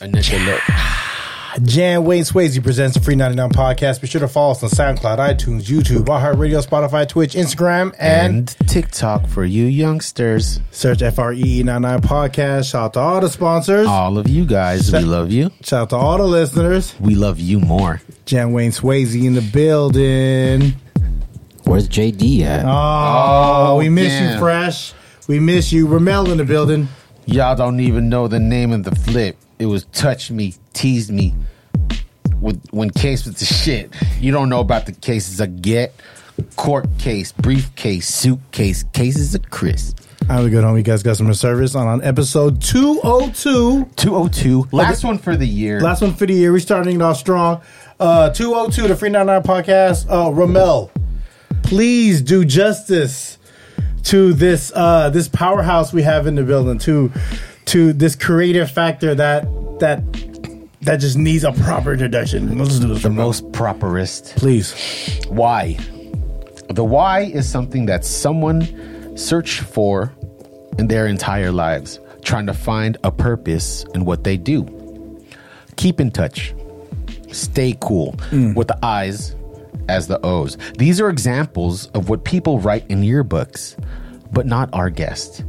Initial look. Jan Wayne Swayze presents the Free 99 podcast. Be sure to follow us on SoundCloud, iTunes, YouTube, iHeartRadio, Spotify, Twitch, Instagram, and, And TikTok for you youngsters. search E FRE99 podcast. Shout out to all the sponsors. All of you guys, we love you. Shout out to all the listeners. We love you more. Jan Wayne Swayze in the building. Where's JD at? Oh, we miss you, damn. Fresh. We miss you. Ramel in the building. Y'all don't even know the name of the flip. It was touch me, tease me. With when case with the shit. You don't know about the cases I get. Court case, briefcase, suitcase, cases of Chris. I'm a good homie, guys. Customer service on, on episode 202. 202. Last one for the year. Last one for the year. We're starting it off strong. Uh, 202, the Free 99 podcast. Uh, Ramel, please do justice to this uh, this powerhouse we have in the building, to to this creative factor that that that just needs a proper introduction. Let's do this, the Ramel. most properest. Please. Why? The why is something that someone searched for in their entire lives, trying to find a purpose in what they do. Keep in touch. Stay cool with the I's as the O's. These are examples of what people write in yearbooks, but not our guest.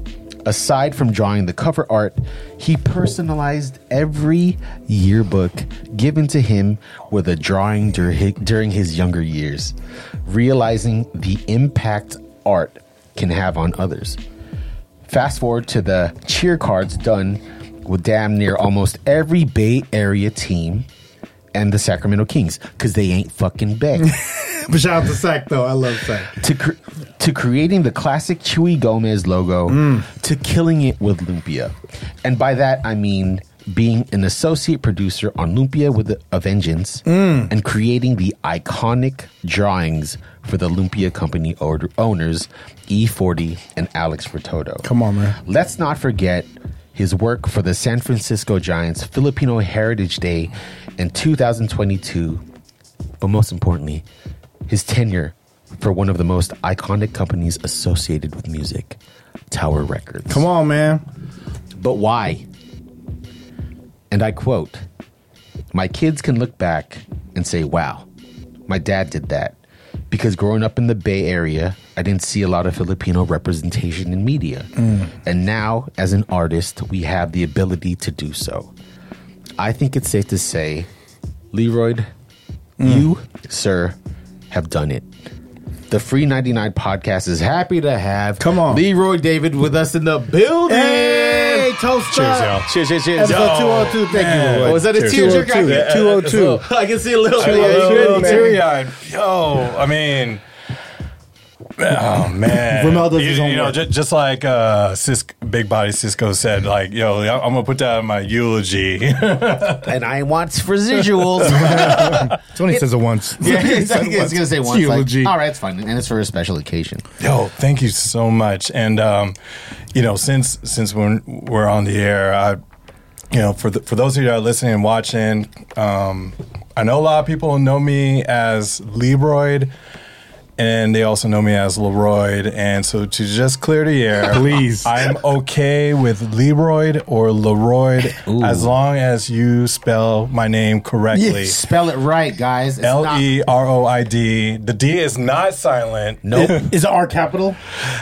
Aside from drawing the cover art, he personalized every yearbook given to him with a drawing dur- during his younger years, realizing the impact art can have on others. Fast forward to the cheer cards done with damn near almost every Bay Area team and the Sacramento Kings because they ain't fucking Bay. But shout out to Sack, though. I love Sack. to cr- to creating the classic Chewy Gomez logo Mm. to killing it with Lumpia. And by that I mean being an associate producer on Lumpia with a, a Vengeance Mm. and creating the iconic drawings for the Lumpia company order- owners E40 and Alex Rototo. Come on, man. Let's not forget his work for the San Francisco Giants Filipino Heritage Day in 2022, but most importantly, his tenure for one of the most iconic companies associated with music, Tower Records. Come on, man. But why? And I quote My kids can look back and say, wow, my dad did that. Because growing up in the Bay Area, I didn't see a lot of Filipino representation in media. Mm. And now, as an artist, we have the ability to do so. I think it's safe to say, Leroy, Mm. you, sir, have done it. The Free 99 podcast is happy to have Come on. Leroy David with us in the building. Hey, toast Cheers, up. y'all. Cheers, cheers, cheers. Episode Oh. 202. Thank you. boy. Was that a Cheers. tearjerker? I 202. can- 202. I can see a little I bit. was a little man. teary-eyed. Yo, I mean, oh man, Ronaldo's you, his own you know, word. just, just like uh, Cis- Big Body Cisco said, like, yo, I'm gonna put that in my eulogy. And I want residuals. It's only says it once. yeah, it's, it's gonna say once. eulogy. Like, All right, it's fine, and it's for a special occasion. Yo, thank you so much. And um, you know, since since when we're on the air, I, you know, for the, for those of you that are listening and watching, um, I know a lot of people know me as Lebroyd, and they also know me as Leroyd. And so, to just clear the air, Please. I'm okay with Lebroyd or Leroyd as long as you spell my name correctly. Spell it right, guys. It's L not- E R O I D. The D is not silent. Nope. Is it R capital?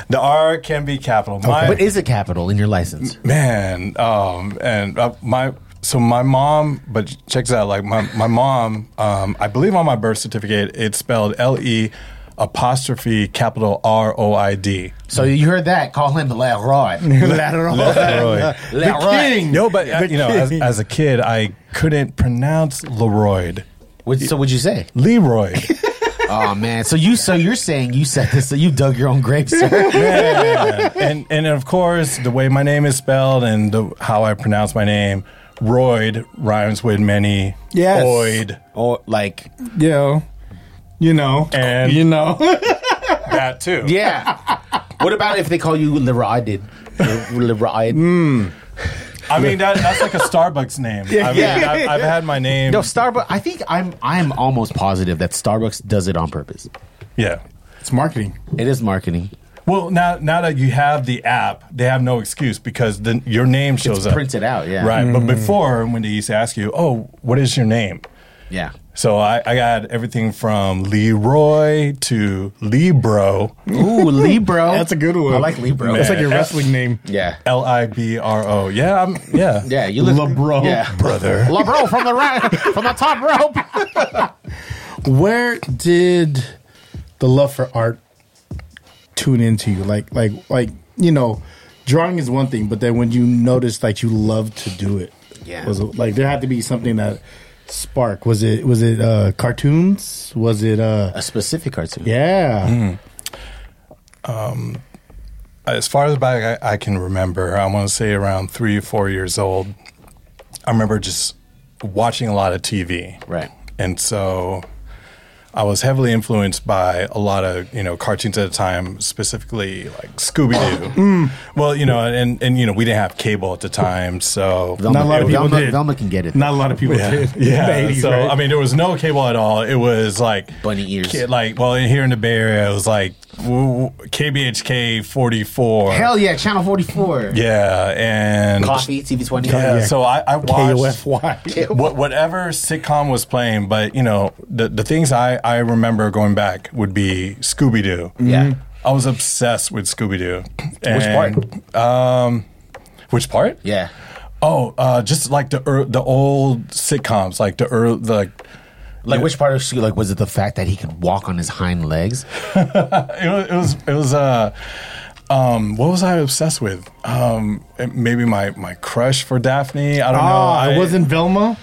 The R can be capital. My- But is it capital in your license? man um and uh, my so my mom but check this out like my, my mom um i believe on my birth certificate it's spelled l-e apostrophe capital r-o-i-d So you heard that? Call him Leroy. Lateral. Leroy. Leroy. no but uh, you know as, as a kid i couldn't pronounce leroy What, so what'd you say? leroy Oh man. So you so you're saying you said this? So you dug your own grave, sir? Man. and and of course the way my name is spelled and the, how i pronounce my name royd rhymes with many Yes. oid or like Yo. You know. And- you know. that too yeah? What about if they call you Leroy? Did Leroy? Mm. I mean, that, that's like a Starbucks name. I mean, Yeah. I've, I've had my name. No, Starbucks. I think I'm I'm almost positive that Starbucks does it on purpose. Yeah. it's marketing. It is marketing. Well, now now that you have the app, they have no excuse because the, your name shows It's up. printed out, yeah. Right. But before, when they used to ask you, oh, what is your name? Yeah. So I, I got everything from Leroy to Libro, Ooh, Libro. That's a good one. I like Libro. That's like your Yeah. wrestling name. Yeah. L I B R O. Yeah, I'm, yeah. Yeah, you look Lebro. Yeah. Brother. Lebro from the right from the top rope. Where Did the love for art tune into you? Like, like, like, you know, drawing is one thing, but then when you notice that you love to do it, Yeah. was it, like there had to be something that spark. Was it? Was it uh, cartoons? Was it? uh A specific cartoon. Yeah. Mm. as far as back I, I can remember, I want to say around three or four years old, I remember just watching a lot of TV. Right. And so I was heavily influenced by a lot of, you know, cartoons at the time, specifically like Scooby Doo. Mm. Well, you know, and, and, you know, we didn't have cable at the time. So Velma, Not a lot of people Velma, did. Velma can get it. not a lot of people yeah. did. Yeah. In the 80s, so right? I mean, there was no cable at all. It was like Bunny ears. ki- like well, in- here in the Bay Area, it was like w- w- KBHK forty four. Hell yeah, Channel 44. yeah, and Coffee, TV 20. Yeah, So I, I watched KOFY. what, whatever sitcom was playing, but you know the the things I I remember going back would be Scooby Doo. Yeah. Mm-hmm. I was obsessed with Scooby Doo. Which part? Um, which part? Yeah. Oh, uh, just like the ear the old sitcoms, like the early, like Like which part of she like was it the fact that he could walk on his hind legs? it was it was, it was uh, um, what was I obsessed with? Um, it- maybe my my crush for Daphne. I don't know. Ah, I it wasn't Velma.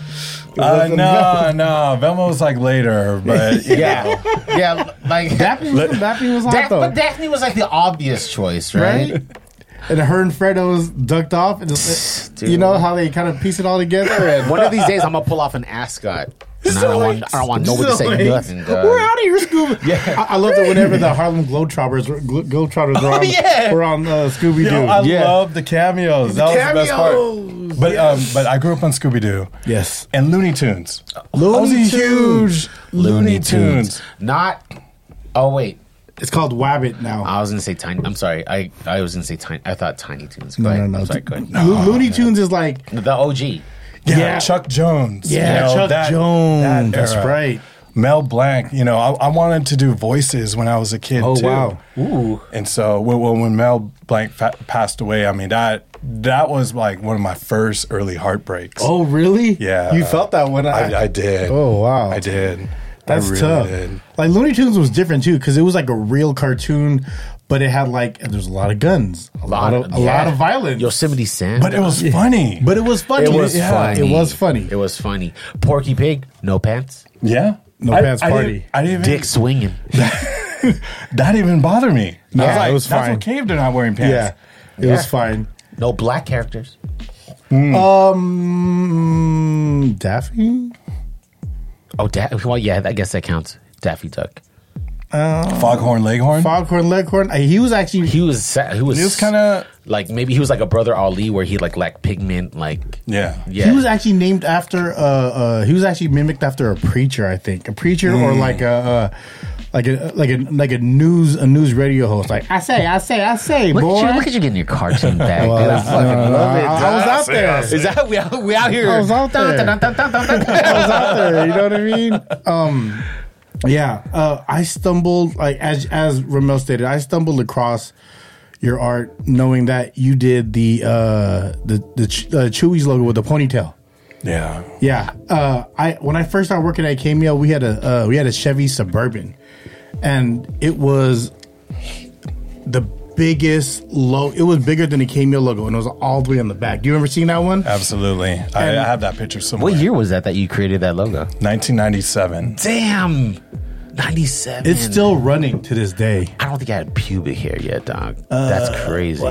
It Uh, wasn't no, no, Velma was like later, but you know. yeah, like Daphne was, Daphne was hot Daph- though, but Daphne was like the obvious choice, right? right? and her and Fredo's ducked off, and it's- Dude. you know how they kind of piece it all together. And One of these days, I'm gonna pull off an ascot, and I don't want, I don't want nobody to So, say like, nothing. dog. We're out of here, Scooby. Yeah. I, I love that whenever the Harlem Globetrotters were, Glo- Globetrotters were on, yeah. were on uh, Scooby Doo. Oh, Yo, I yeah. love the cameos. That was the best cameos, part. But um, but I grew up on Scooby Doo. Yes. and Looney Tunes. I was Looney a Tunes. huge Looney Tunes. not. Oh wait, It's called Wabbit now. I was gonna say tiny. I'm sorry, I I was gonna say tiny. I thought Tiny Toons. Go no, ahead. no, no. I'm sorry, go ahead. Oh, Lo- Looney Tunes is like The OG. Yeah, Yeah. Chuck Jones. yeah, you know, Chuck that- Jones. that That's era. right. Mel Blanc. You know, I, I wanted to do voices when I was a kid. Oh, too. wow. Ooh, And so when, when when Mel Blanc fa- passed away, I mean that that was like one of my first early heartbreaks. Oh, really? Yeah. You felt that when I, I, I did. Oh, wow. I did. That's I really tough. did. Like Looney Tunes was different too because it was like a real cartoon, but it had like there was a lot of guns, a lot, of a lot yeah. of violence. Yosemite Sam. But it was funny. but it was funny. It was Yeah, funny. It was funny. It was funny. Porky Pig, no pants, yeah, No I- pants I didn't- party. I didn't, even, dick swinging. that didn't even bother me. I Yeah, it like, was that's fine. what caved are not wearing pants. yeah, it was fine. No black characters. Hmm. Um, Daffy. Oh, da- well, yeah, I guess that counts. Daffy Duck. Foghorn Leghorn. Foghorn Leghorn. uh, He was actually He was sa- he was, it was kind of like maybe he was like a brother Ali where he like lacked pigment. Like yeah. yeah, he was actually named after uh, uh he was actually mimicked after a preacher I think a preacher or Hmm. like a uh, like a like a like a news a news radio host like I say I say I say Look boy at, you, look at you getting your cartoon back. dude. I fucking love it. uh, I was out there Is that we out, we out here? I was out there. I was out there. You know what I mean? Um, yeah. Uh, I stumbled like as as Ramel stated, I stumbled across your art knowing that you did the uh, the the Ch- uh, Chewy's logo with the ponytail. Yeah. Yeah. Uh, I when I first started working at Cameo, we had a uh, we had a Chevy Suburban, and it was the biggest low. It was bigger than the Cameo logo, and it was all the way on the back. Do you remember seeing that one? Absolutely. I, I have that picture somewhere. What year was that that you created that logo? 1997. Damn, ninety seven. It's still running to this day. I don't think I had pubic hair yet, dog. That's crazy.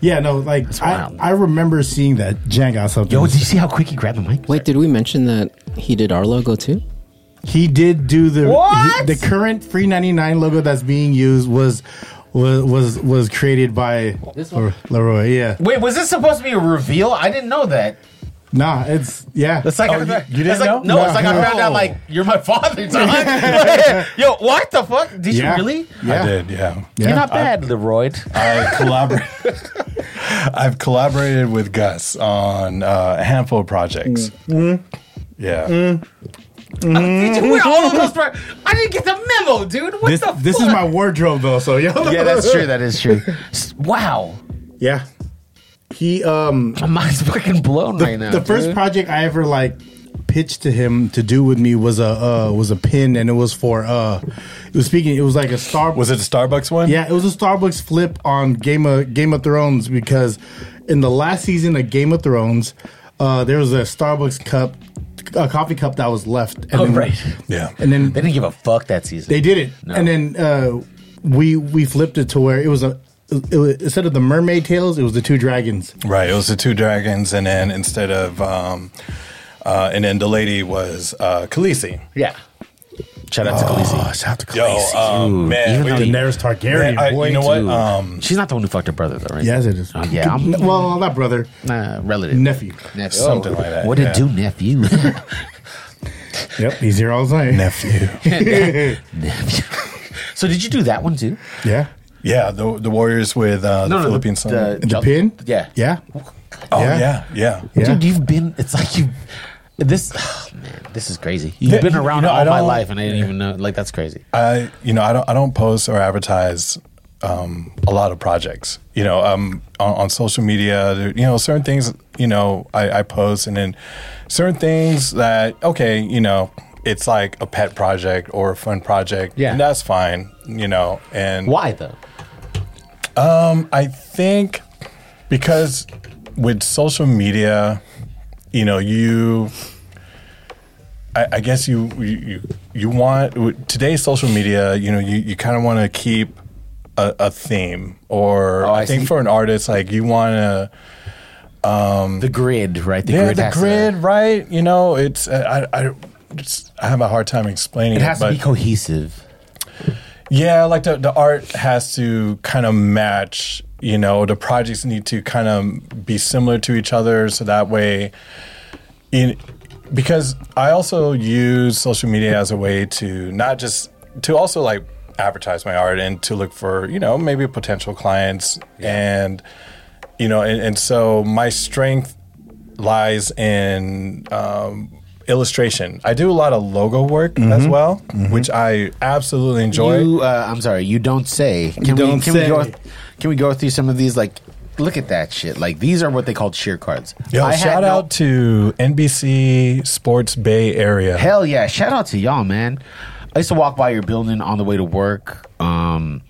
Yeah, no, like I, wild. I remember seeing that Django or something. Yo, did you see how quick he grabbed the mic? Wait, did we mention that he did our logo too? he did do the What? he- the current free ninety nine logo that's being used was was was, was created by This one? Leroy. Yeah, Wait, was this supposed to be a reveal? I didn't know that. Nah, it's yeah. It's like, Oh, I, you- found- you didn't it's like know? no, it's like I found out No. like you're my father. Don. Yo, what the fuck? Did Yeah. you really? Yeah. Uh, I did, yeah. You're Yeah. not bad, Leroy. I collaborate. I've collaborated with Gus on uh, a handful of projects. Mm-hmm. Yeah, Did you wear all of those? Bro? I didn't get the memo, dude. What This the fuck? this is my wardrobe though, so yo. Yeah, that's true. That is true. S- Wow, Yeah. He um my mind's fucking blown right now. the first dude. project I ever like pitched to him to do with me was a uh was a pin and it was for uh it was speaking it was like a Starbucks was it a Starbucks one? Yeah, it was a Starbucks flip on Game of Game of Thrones because in the last season of Game of Thrones, uh, there was a Starbucks cup, a coffee cup that was left. And Oh, then, right. yeah. And then They didn't give a fuck that season. they did it, No. and then uh, we we flipped it to where it was a it was, instead of the mermaid tails, it was the two dragons. Right. It was the two dragons, and then instead of, um, uh, and then the lady was uh, Khaleesi. Yeah. Shout out to Khaleesi. Oh, shout out to Yo, um, man, even we, though man, Daenerys Targaryon. I, boy. you know what? Dude. Um, She's not the one who fucked her brother, though, right? yes, it is. Oh, yeah, I'm- well, not brother, Nah, relative. nephew. Nephew. Something like that, What it yeah. do, nephew? Yep, he's here all the time. nephew. Nephew. so did you do that one too? yeah, yeah, the the warriors with uh, the Philippine son. the pin. Yeah. yeah, oh yeah. yeah, yeah. yeah. Dude, you've been. It's like you. This, oh, man, this is crazy. You've Yeah, been you- around you know, I all my don't- life, and I didn't even know. Like that's crazy. I you know I don't I don't post or advertise um, a lot of projects. You know, um, on, on social media, there, you know, certain things you know I, I post, and then certain things that okay, you know, it's like a pet project or a fun project, Yeah. and that's fine. You know, and Why though? I think because with social media, you know, you, I, I guess you, you, you- you want with today's social media, you know, you, you kind of want to keep a, a theme or Oh, I, I think see. for an artist, like you want to, The grid, right? The Mm. yeah, the has to- grid, right? You know, it's, I, I, I, just, I have a hard time explaining it it. has to but- be cohesive. Yeah, like the, the art has to kind of match, you know, the projects need to kind of be similar to each other so that way in because I also use social media as a way to not just to also like advertise my art and to look for, you know, maybe potential clients and you know, and, and so my strength lies in um, illustration. I do a lot of logo work as well, which I absolutely enjoy. You, uh, I'm sorry, you don't say. Can we, don't can say. We go, can we go through some of these? Like, look at that shit. Like, these are what they called sheer cards. Yo, I had shout no- out to NBC Sports Bay Area. Hell yeah! Shout out to y'all, man. I used to walk by your building on the way to work. Um,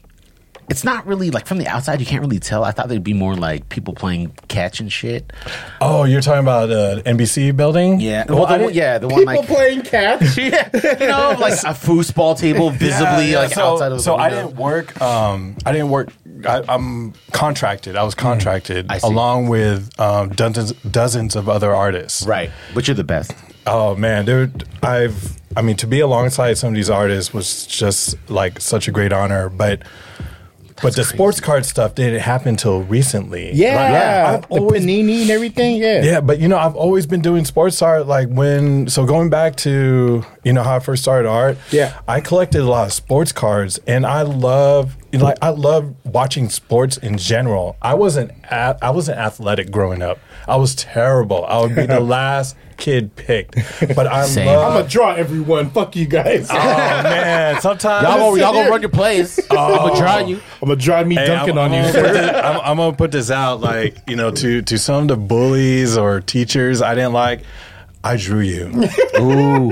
it's not really like from the outside, you can't really tell. I thought there'd be more like people playing catch and shit. oh, you're talking about uh, NBC building? well, Well, I the, one- didn't- yeah, the one People like playing catch. yeah, you know, like a foosball table visibly Yeah, like so, outside of the so I window. didn't work. Um, I didn't work. I, I'm contracted. I was contracted Hmm. I see. along with um, dozens dozens of other artists. right, but you're the best. Oh man, dude, I've I mean to be alongside some of these artists was just like such a great honor, but but the sports card stuff didn't happen till recently. Yeah, Like, Yeah. the panini and everything. Yeah, yeah, but you know, I've always been doing sports art. Like when, so going back to you know how I first started art. Yeah. I collected a lot of sports cards, and I love you know, like I love watching sports in general. I wasn't a- I wasn't athletic growing up. I was terrible. I would be the last kid picked, but I Same. love. I'm gonna draw everyone. Fuck you guys. oh man, sometimes Y'all, gonna- sit y'all gonna there. run your plays. I'm gonna try you. I'm gonna draw me Hey, dunking on I'm you. gonna put this- I'm, I'm gonna put this out, like you know, to to some of the bullies or teachers I didn't like. I drew you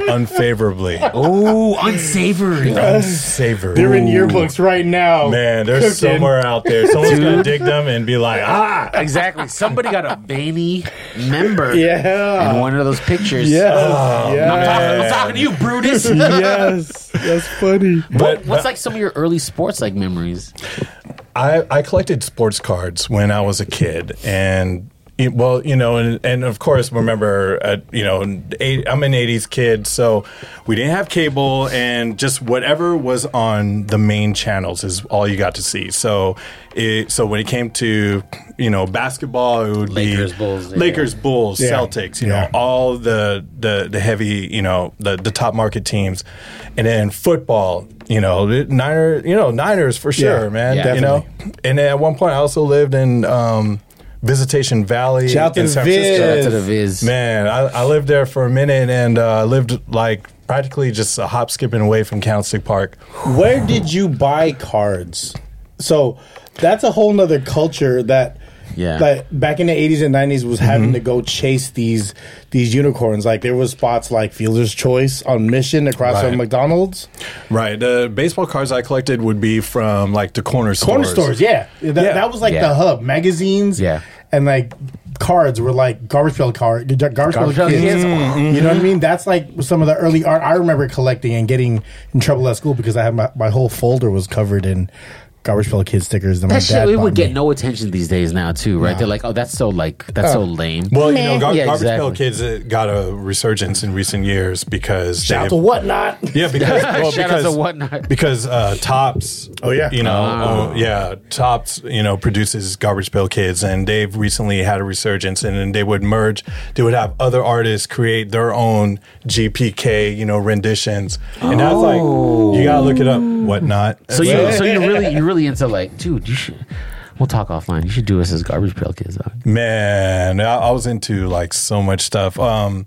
unfavorably, Oh, unsavory. unsavory. They're in yearbooks right now. Man, they're Cooking. somewhere out there. Someone's gonna dig them and be like, ah, exactly. Somebody got a veiny member Yeah. in one of those pictures. Yes. Oh, I'm yes. talking to you, Brutus. yes. That's funny. What, But- what's like some of your early sports like memories? I, I collected sports cards when I was a kid, and it- well, you know, and, and of course, remember, uh, you know, eight, I'm an '80s kid, so we didn't have cable, and just whatever was on the main channels is all you got to see. So, it, so when it came to you know, basketball, it would Lakers, be Bulls, yeah. Lakers, Bulls, Yeah. Celtics, you Yeah. know, all the the the heavy, you know, the the top market teams, and then football, you know, the Niner, you know, Niners for sure, Yeah. man, Yeah. you know. And then at one point, I also lived in um, Visitation Valley Shout out in to San Viz. Francisco. Shout out to the Viz. Man, I, I lived there for a minute and uh, lived like practically just a hop skipping away from Candlestick Park. Where did you buy cards? So that's a whole nother culture that Yeah. that back in the eighties and nineties was having to go chase these these unicorns. Like there was spots like Fielder's Choice on Mission across from Right. McDonald's. Right. The baseball cards I collected would be from like the corner stores. Corner stores, yeah. That, Yeah. that was like Yeah. the hub. Magazines Yeah. and like cards were like garbage pail card garbage, pail Pail kids. Kids. You know what I mean? That's like some of the early art I remember collecting and getting in trouble at school because I had my, my whole folder was covered in garbage pail kid stickers that, my That dad shit, it bought would me. get no attention these days now, too, right? They're like, oh, that's so like, that's so lame. Uh, Well, you know, gar- Yeah, Garbage Pail exactly. Kids uh, got a resurgence in recent years because Shout out they- to whatnot. yeah, because well, Shout out because to Whatnot. Ah. because uh, Tops. Oh, yeah. you know, oh, yeah, Tops. You know, produces Garbage Pail Kids, and they've recently had a resurgence, and then they would merge. They would have other artists create their own GPK, you know, renditions, and that's like you gotta look it up, whatnot. Oh. So you, so you really, you really into like, dude, you should. We'll talk offline. You should do us as garbage pail kids. Dog. Man, I, I was into like so much stuff. Um,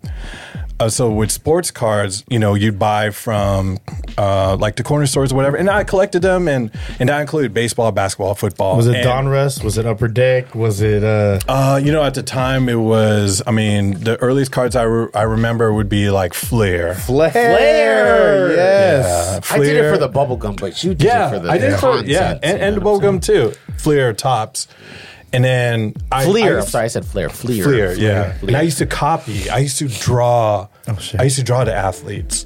uh, so with sports cards, you know, you'd buy from uh, like the corner stores or whatever, and I collected them, and and I included baseball, basketball, football. Was it and, Donruss? Was it Upper Deck? Was it uh Uh, you know, at the time, it was. I mean, the earliest cards I re- I remember would be like Flair. Flair? Yes. Uh, I did it Flair- for the bubble gum, but you did yeah, it for the I did it for concept, yeah, and, you and the know what I'm bubblegum too. Flair tops, and then I, saying? Fleer. I- I'm sorry, I said flair. Fleer. Fleer, yeah. Fleer. And I used to copy. I used to draw. Oh, shit. I used to draw the athletes,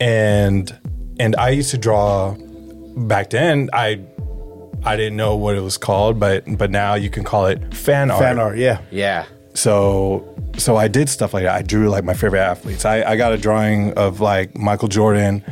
and and I used to draw. Back then, I I didn't know what it was called, but but now you can call it fan art. Fan art, yeah. Yeah. So so I did stuff like that. I drew like my favorite athletes. I, I got a drawing of like Michael Jordan.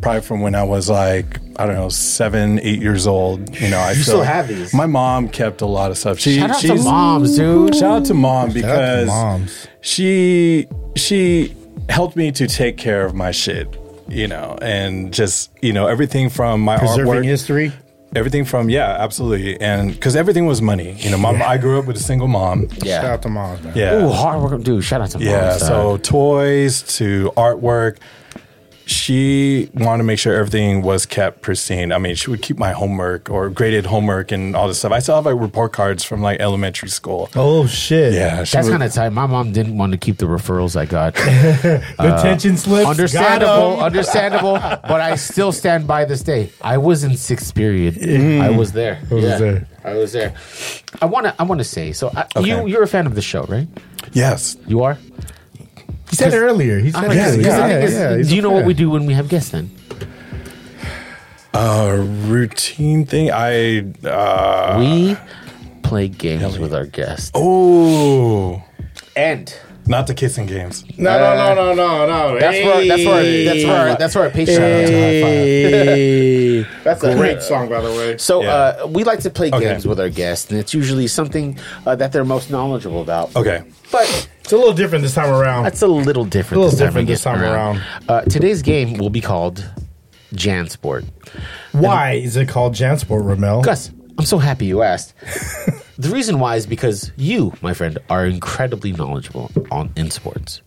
Probably from when I was like I don't know seven eight years old, you know. I still have these? My mom kept a lot of stuff. She, Shout out to she's- moms, dude. Shout out to mom because moms. she she helped me to take care of my shit, you know, and just you know everything from my Preserving artwork, history. everything from yeah, absolutely, and because everything was money, you know. Mom, I grew up with a single mom. Yeah. Shout out to moms, man. Yeah, Ooh, hard work, dude. Shout out to moms. yeah. dog. So toys to artwork. She wanted to make sure everything was kept pristine. I mean, she would keep my homework or graded homework and all this stuff. I still have like report cards from like elementary school. Oh shit. Yeah, she that's would- kind of tight. My mom didn't want to keep the referrals I got. The tension slips. Uh, Understandable, Got 'em. understandable. But I still stand by this day. I was in sixth period. I was there. I Mm. was there. I was there. I wanna. I wanna say. So I, you, you're a fan of the show, right? yes. You are. He said it earlier. He said it Because earlier. the thing is, he's do a you know what fan. we do when we have guests? Then A routine thing. I uh, we play games with our guests. oh, And not the kissing games. No, no, no, no, no, no. that's where that's where that's where that's where our patient. That's a great song, by the way. So Yeah. uh, we like to play Okay. games with our guests, and it's usually something uh, that they're most knowledgeable about. Okay. But It's a little different this time around. That's a little different. A little this time different I this guess, time around. Uh, today's game will be called JanSport. Why is it called Jansport, Ramel? Gus, I'm so happy you asked. the reason why is because you, my friend, are incredibly knowledgeable on in sports.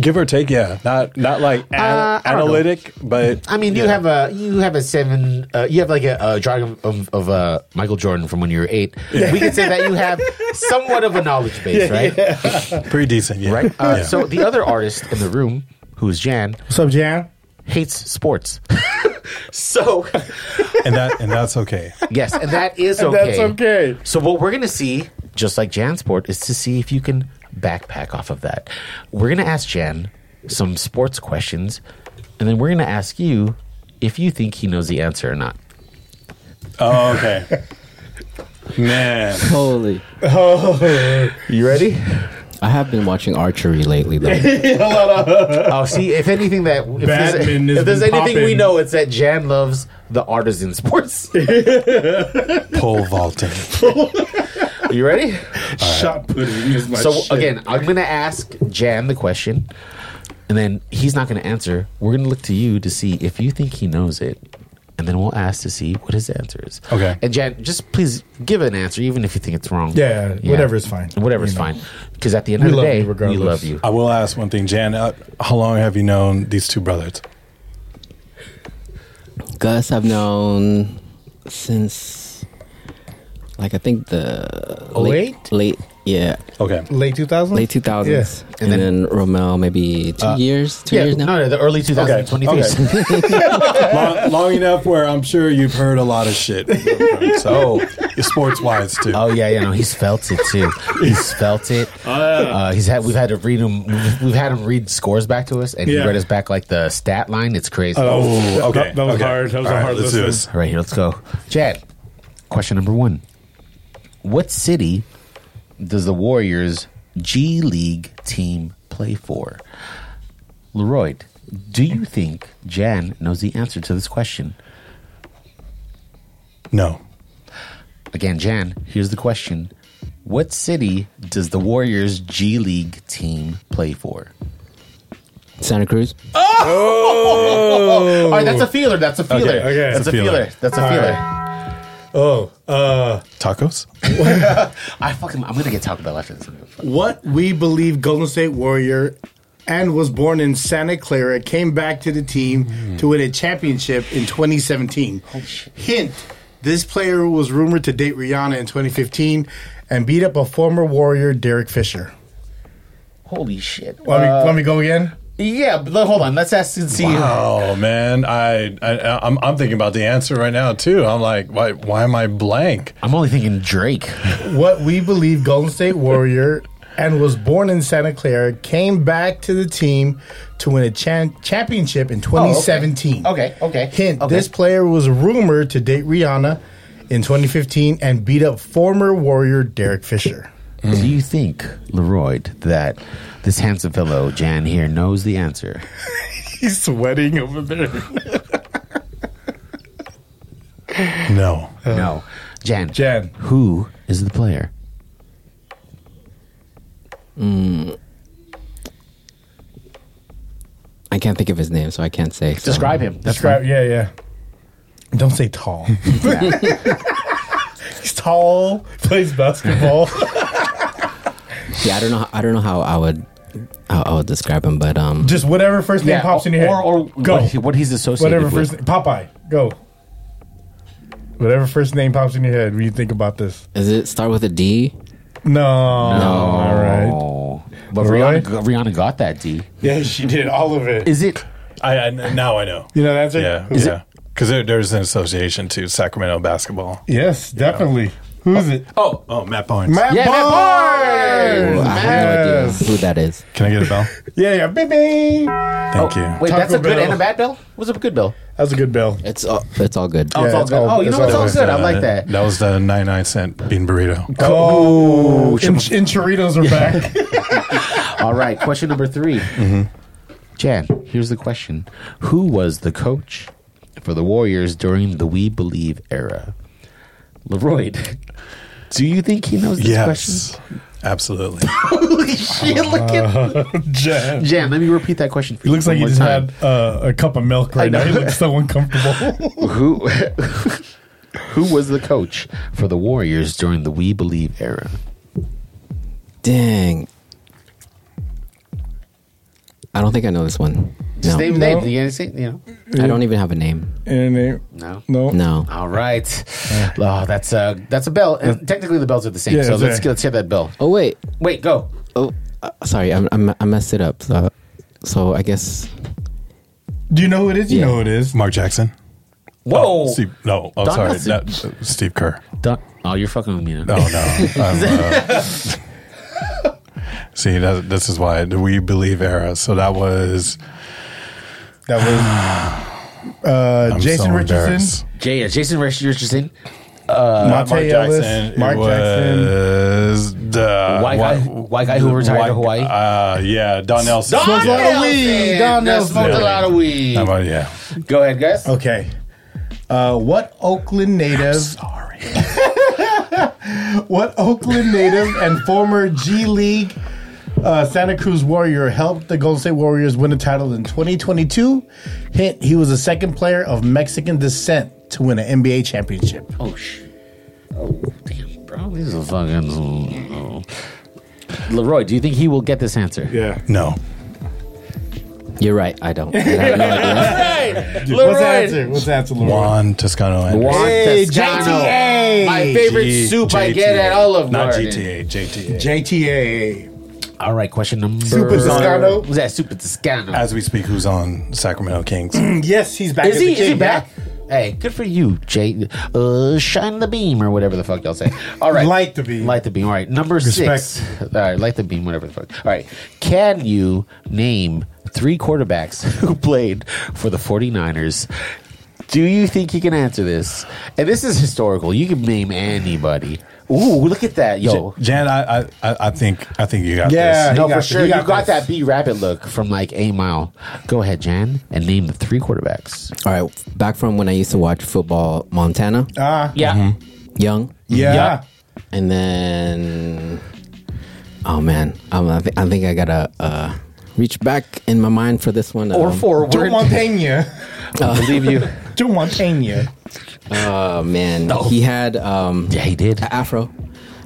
Give or take, yeah. Not not like an- Uh, I don't know. analytic, but I mean, you yeah. have a you have a seven. Uh, you have like a, a drawing of, of, of uh, Michael Jordan from when you were eight. We could say that you have somewhat of a knowledge base, right? pretty decent, yeah. Right. Uh, Yeah. So the other artist in the room, who is Jan, What's up, Jan? hates sports. so and that and that's okay. yes, and that is okay. That's okay. So what we're gonna see, just like JanSport, is to see if you can backpack off of that. We're gonna ask Jan some sports questions, and then we're gonna ask you if you think he knows the answer or not. Oh, okay. Man, Holy. You ready? I have been watching archery lately, though. Oh, see, if anything that if there's, Badminton has if there's been anything we poppin'. know, it's that Jan loves the artisan sports. Pole vaulting. you ready? Shot putting is my so shit. again, I'm gonna ask Jan the question, and then he's not gonna answer. We're gonna look to you to see if you think he knows it, and then we'll ask to see what his answer is. Okay. And Jan, just please give an answer, even if you think it's wrong. Yeah, whatever is fine. Whatever's You know. fine, because at the end We of the love day, you we regardless. love you. I will ask one thing, Jan. Uh, how long have you known these two brothers? Gus, I've known since, like, I think the late, late, yeah, Okay. late 2000s? late two thousands, And and, Uh, then, Romel maybe two years, two Yeah, years now. no, no, the early 2023. long, long enough where I'm sure you've heard a lot of shit. So, sports wise, too. Oh yeah, yeah. No, he's felt it too. He's felt it. Oh, uh, he's had. We've had to read him. We've, we've had him read scores back to us, and he Yeah. read us back like the stat line. It's crazy. Oh, okay. that- that was okay. hard. That was a hard let's do listen. this. All right, here. Let's go, Chad. Question number one: What city does the Warriors G League team play for? Leroy, do you think Jan knows the answer to this question? No. Again, Jan, here's the question. What city does the Warriors G League team play for? Santa Cruz. All right, that's a feeler. That's a feeler. okay. That's It's a a feeler. feeler. That's a feeler. Oh, uh, Tacos? I fucking I'm gonna get Taco Bell after this. What we believe Golden State Warrior and was born in Santa Clara came back to the team to win a championship in 2017. Hint, this player was rumored to date Rihanna in 2015 and beat up a former Warrior, Derek Fisher. Holy shit! Uh, Want, me, want me to go again? yeah, but hold on. Let's ask and see. Oh man, I, I I'm I'm thinking about the answer right now too. I'm like, why why am I blank? I'm only thinking Drake. What we believe Golden State Warrior and was born in Santa Clara came back to the team to win a chan- championship in 2017. Oh, Okay, okay, Hint: okay. This player was rumored to date Rihanna in 2015 and beat up former Warrior Derek Fisher. Do you think Leroy that this handsome fellow Jan here knows the answer? He's sweating over there. No. no, Jan. Uh, Jan. Who is the player? I can't think of his name, so I can't say. so. Describe him. That's Describe, yeah, yeah. Don't say tall. He's tall. plays basketball. Yeah, I don't know. I don't know how I would. How I would describe him, but um, Just whatever first name Yeah, pops in your head. or, or go. What, he- what he's associated Whatever with. first name. Popeye. Go. Whatever first name pops in your head when you think about this. does it start with a D? No. All right. Oh, but Leroy? Rihanna, Rihanna got that D. yeah, she did all of it. Is it? I, I now I know. You know the answer? Yeah, Is yeah. Because there, there's an association to Sacramento basketball. Yes, definitely. Who is it? Oh, oh, Matt Barnes. Matt Yeah, Matt Barnes! I have no Yes. idea who that is. Can I get a bell? Yeah, yeah, baby. Thank you. Wait, Taco that's a good Bell. and a bad bill. What's a good bill? That's a good bell. It's all, it's all good. Oh, it's all it's good. all- oh, you it's know, it's all all good. good. I like that. That was the 99 cent bean burrito. Oh, and, and Chiritos are back. All right, question number 3 Mm-hmm. Jan, here's the question Who was the coach for the Warriors during the We Believe era? Leroy, do you think he knows this question? Yes. Absolutely. Holy shit, look at Jan. Jan, let me repeat that question for Uh, He you. looks like he one just more time. had uh, a cup of milk right know. now. He looks so uncomfortable. Who, who was the coach for the Warriors during the We Believe era? Dang. I don't think I know this one. No, Just name, name. You, guys see- you know? I don't even have a name. and it, No. no, No. All right. Oh, that's a that's a bell, and technically the bells are the same. Yeah, so that's let's right. let's hear that bell. Oh wait. Wait, go. Oh, uh, sorry. I, I, I messed it up. So, so I guess Do you know who it is? You Yeah. know who it is. Mark Jackson. Whoa. Oh, Steve, no, oh, Don sorry. Nelson. That, Steve Kerr. Don't- oh, you're fucking with me now. Oh, no. I'm, uh, see, that, this is why the We Believe era. So that was That was uh, I'm Jason so Richardson. embarrassed. uh, Jay, uh, Jason Richardson, Not Mark Monte Ellis, Jackson. Mark it was the White guy- white guy who retired to Hawaii? Uh, yeah, Don Nelson. Don a lot of weed. Don That Nelson. smoked a lot of weed. How about- yeah. Go ahead, guys. Okay. Uh, what Oakland native? Sorry. What Oakland native and former G League uh, Santa Cruz Warrior helped the Golden State Warriors win a title in 2022? Hint: He was the second player of Mexican descent to win an NBA championship. Oh shit. Oh damn, bro. These are fucking. oh. Leroy, do you think he will get this answer? Yeah. No. You're right. I don't. I have no idea. What's the answer? What's the answer, Laura? Juan Toscano Anderson. Juan Hey, Toscano. JTA. My favorite G- soup I JTA. get at Olive Not Garden. GTA. JTA. JTA. All right, question number. Super Toscano. Was that Super Toscano? As we speak, who's on Sacramento Kings? Yes, he's back. is as the he? Is he king, yeah. back? Hey, good for you, Jay. Uh, shine the beam or whatever the fuck they'll say. All right, Light the beam. Light the beam. All right, number six. All right, light the beam. Whatever the fuck. All right, can you name three quarterbacks who played for the 49ers? Do you think you can answer this? And this is historical. You can name anybody. Ooh, look at that, yo. Jan, I, I, I I think, I think you got Yeah. this. no, he got for this, sure. he You got got this. that B rabbit look from like a mile. Go ahead, Jan, and name the three quarterbacks. All right. Back from when I used to watch football, Montana, Ah, Yeah. Young, yeah. Yeah. and then. Oh man, um, I, th- I think I gotta uh, reach back in my mind for this one. Or um, forward. Joe Montaigne. I believe you. Joe Montaigne. Oh man, he had um, Yeah, he did. a afro.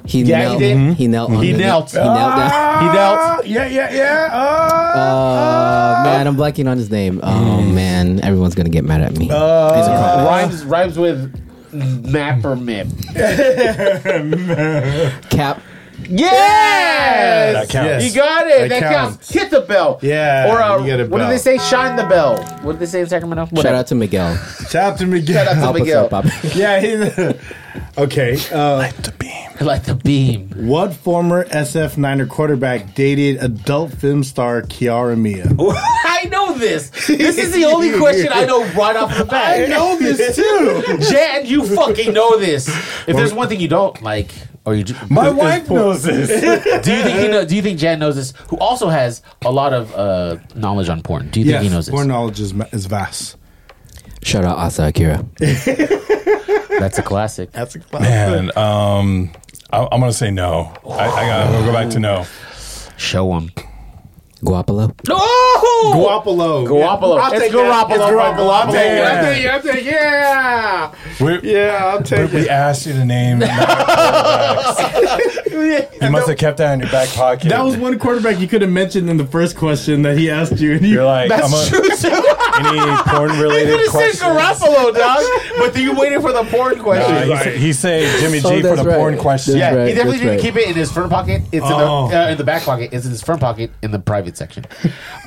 He Yeah, he knelt. did. Mhm. He knelt. On He the- knelt. He knelt down. Ah, He knelt. Yeah, yeah, yeah. Ah. Uh, man, I'm blanking on his name. Oh man, everyone's gonna get mad at me. He's a clown. rhymes rhymes with map or mip. Cap. Yes, That counts. you got it. That That, counts. counts. Hit the bell. Yeah, Or uh, you get a what did bell. they say? Shine the bell. What did they say in Sacramento? Shout out to Miguel. Shout out to Miguel. Shout out Help us Miguel. out, Bobby. yeah, he's okay. Uh, Light the beam. to like the beam. What former SF Niner quarterback dated adult film star Kiara Mia? I know this. This is the only question I know right off the bat. I know this too. Jan, you fucking know this. If there's one thing you don't like, or you do, My do wife knows this. you think you know? Do you think Jan knows this? Who also has a lot of uh, knowledge on porn? Do you think he knows this? More knowledge is, is vast. Shout out Asa Akira. That's a classic. That's a Man, um, I, I'm gonna say no. I, I gotta I'm gonna go back to no. Show them. Guapalo. No! Guapolo. Garoppolo. I'll It's take that. Garoppolo, It's Garoppolo. I'll Garoppolo. take it. I'll Yeah. take it. I'll take it. Yeah. We, Yeah, I'll we, take it. we asked you to name. you must have kept that in your back pocket. That was one quarterback you could have mentioned in the first question that he asked you. And you You're like, I'm a, any porn related questions? Garoppolo, dog. But you waited for the porn question. Uh, he, say, he say Jimmy G Oh, for that's the right. porn question. yeah, That's right, he definitely that's didn't right. keep it in his front pocket. It's Oh. in, the, uh, in the back pocket. It's in his front pocket in the private section.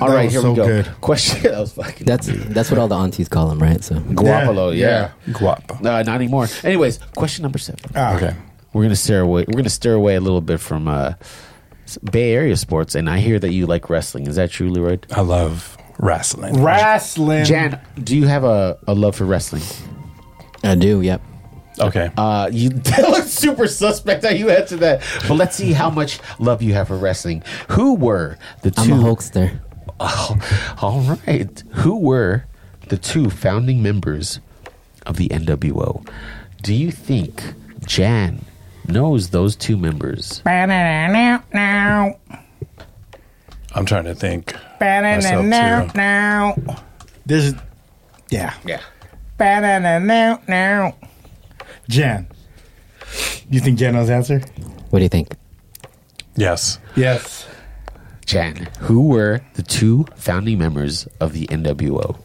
All right, was here so we go. good. Question. That was fucking. That's that's what all the aunties call him, right? So Garoppolo, yeah. Guapo. Ah. Uh, not anymore. Anyways, question number seven. Okay. We're gonna steer away. We're gonna steer away a little bit from uh, s- Bay Area sports, and I hear that you like wrestling. Is that true, Leroy? I love wrestling. Wrestling. Jan, do you have a, a love for wrestling? I do. Yep. Okay. Uh, you that looks super suspect how you answered that. But let's see how much love you have for wrestling. Who were the 2 I'm a hoaxster. Oh, all right. Who were the two founding members of the NWO? Do you think Jan knows those two members? Ba-da-da-now, now. I'm trying to think. Ba-da-da-now, Myself too. now. There's, yeah. Yeah. Ba-da-da-now, now. Jan. You think Jan knows the answer? What do you think? Yes. Yes. Jan, who were the two founding members of the NWO?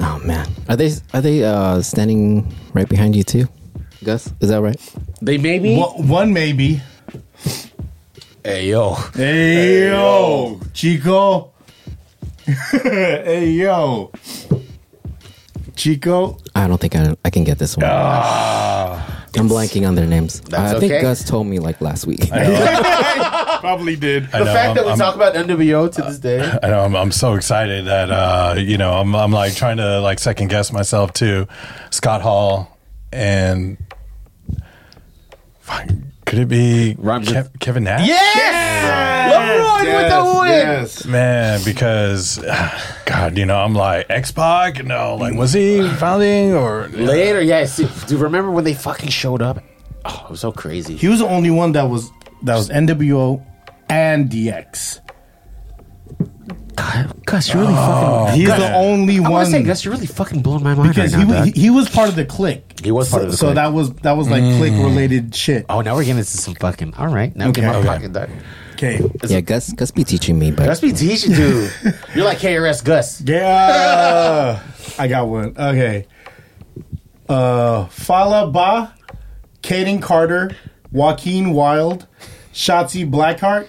Oh man, are they are they uh, standing right behind you too? Gus, is that right? They may be. One, one maybe. Hey, yo. Hey, yo, Chico. hey, yo. Chico. I don't think I, I can get this one. Ah. I'm blanking on their names. Uh, That's I think okay. Gus told me like last week. Probably did. I The know, fact I'm- that we I'm- talk about NWO to this day. I know I'm, I'm so excited that uh, you know I'm I'm like trying to like second guess myself too. Scott Hall and fuck, could it be Rhymes with- Kev- Kevin Nash? LeBron with the win. Man, because God, you know, I'm like X Pac, you know, like was he founding or Later, yes. Do you remember when they fucking showed up? Oh, it was so crazy. He was the only one that was that was NWO and DX. God, Gus, you're really fucking. He's Gus, the only I Uh, one want to say, Gus, you're really fucking blowing my mind because right he, now. wa- he dog. he was part of the clique. He was part so, of the so clique. Mm. that was that was like clique related shit. oh, now we're getting into some fucking. All right, now get my Okay. pocket dog. Okay. Yeah, Gus. Gus be teaching me, but Gus be teaching, dude. you're like KRS Gus. Yeah. I got one. Okay. Uh Fala Ba, Kaden Carter, Joaquin Wild, Shotzi Blackheart,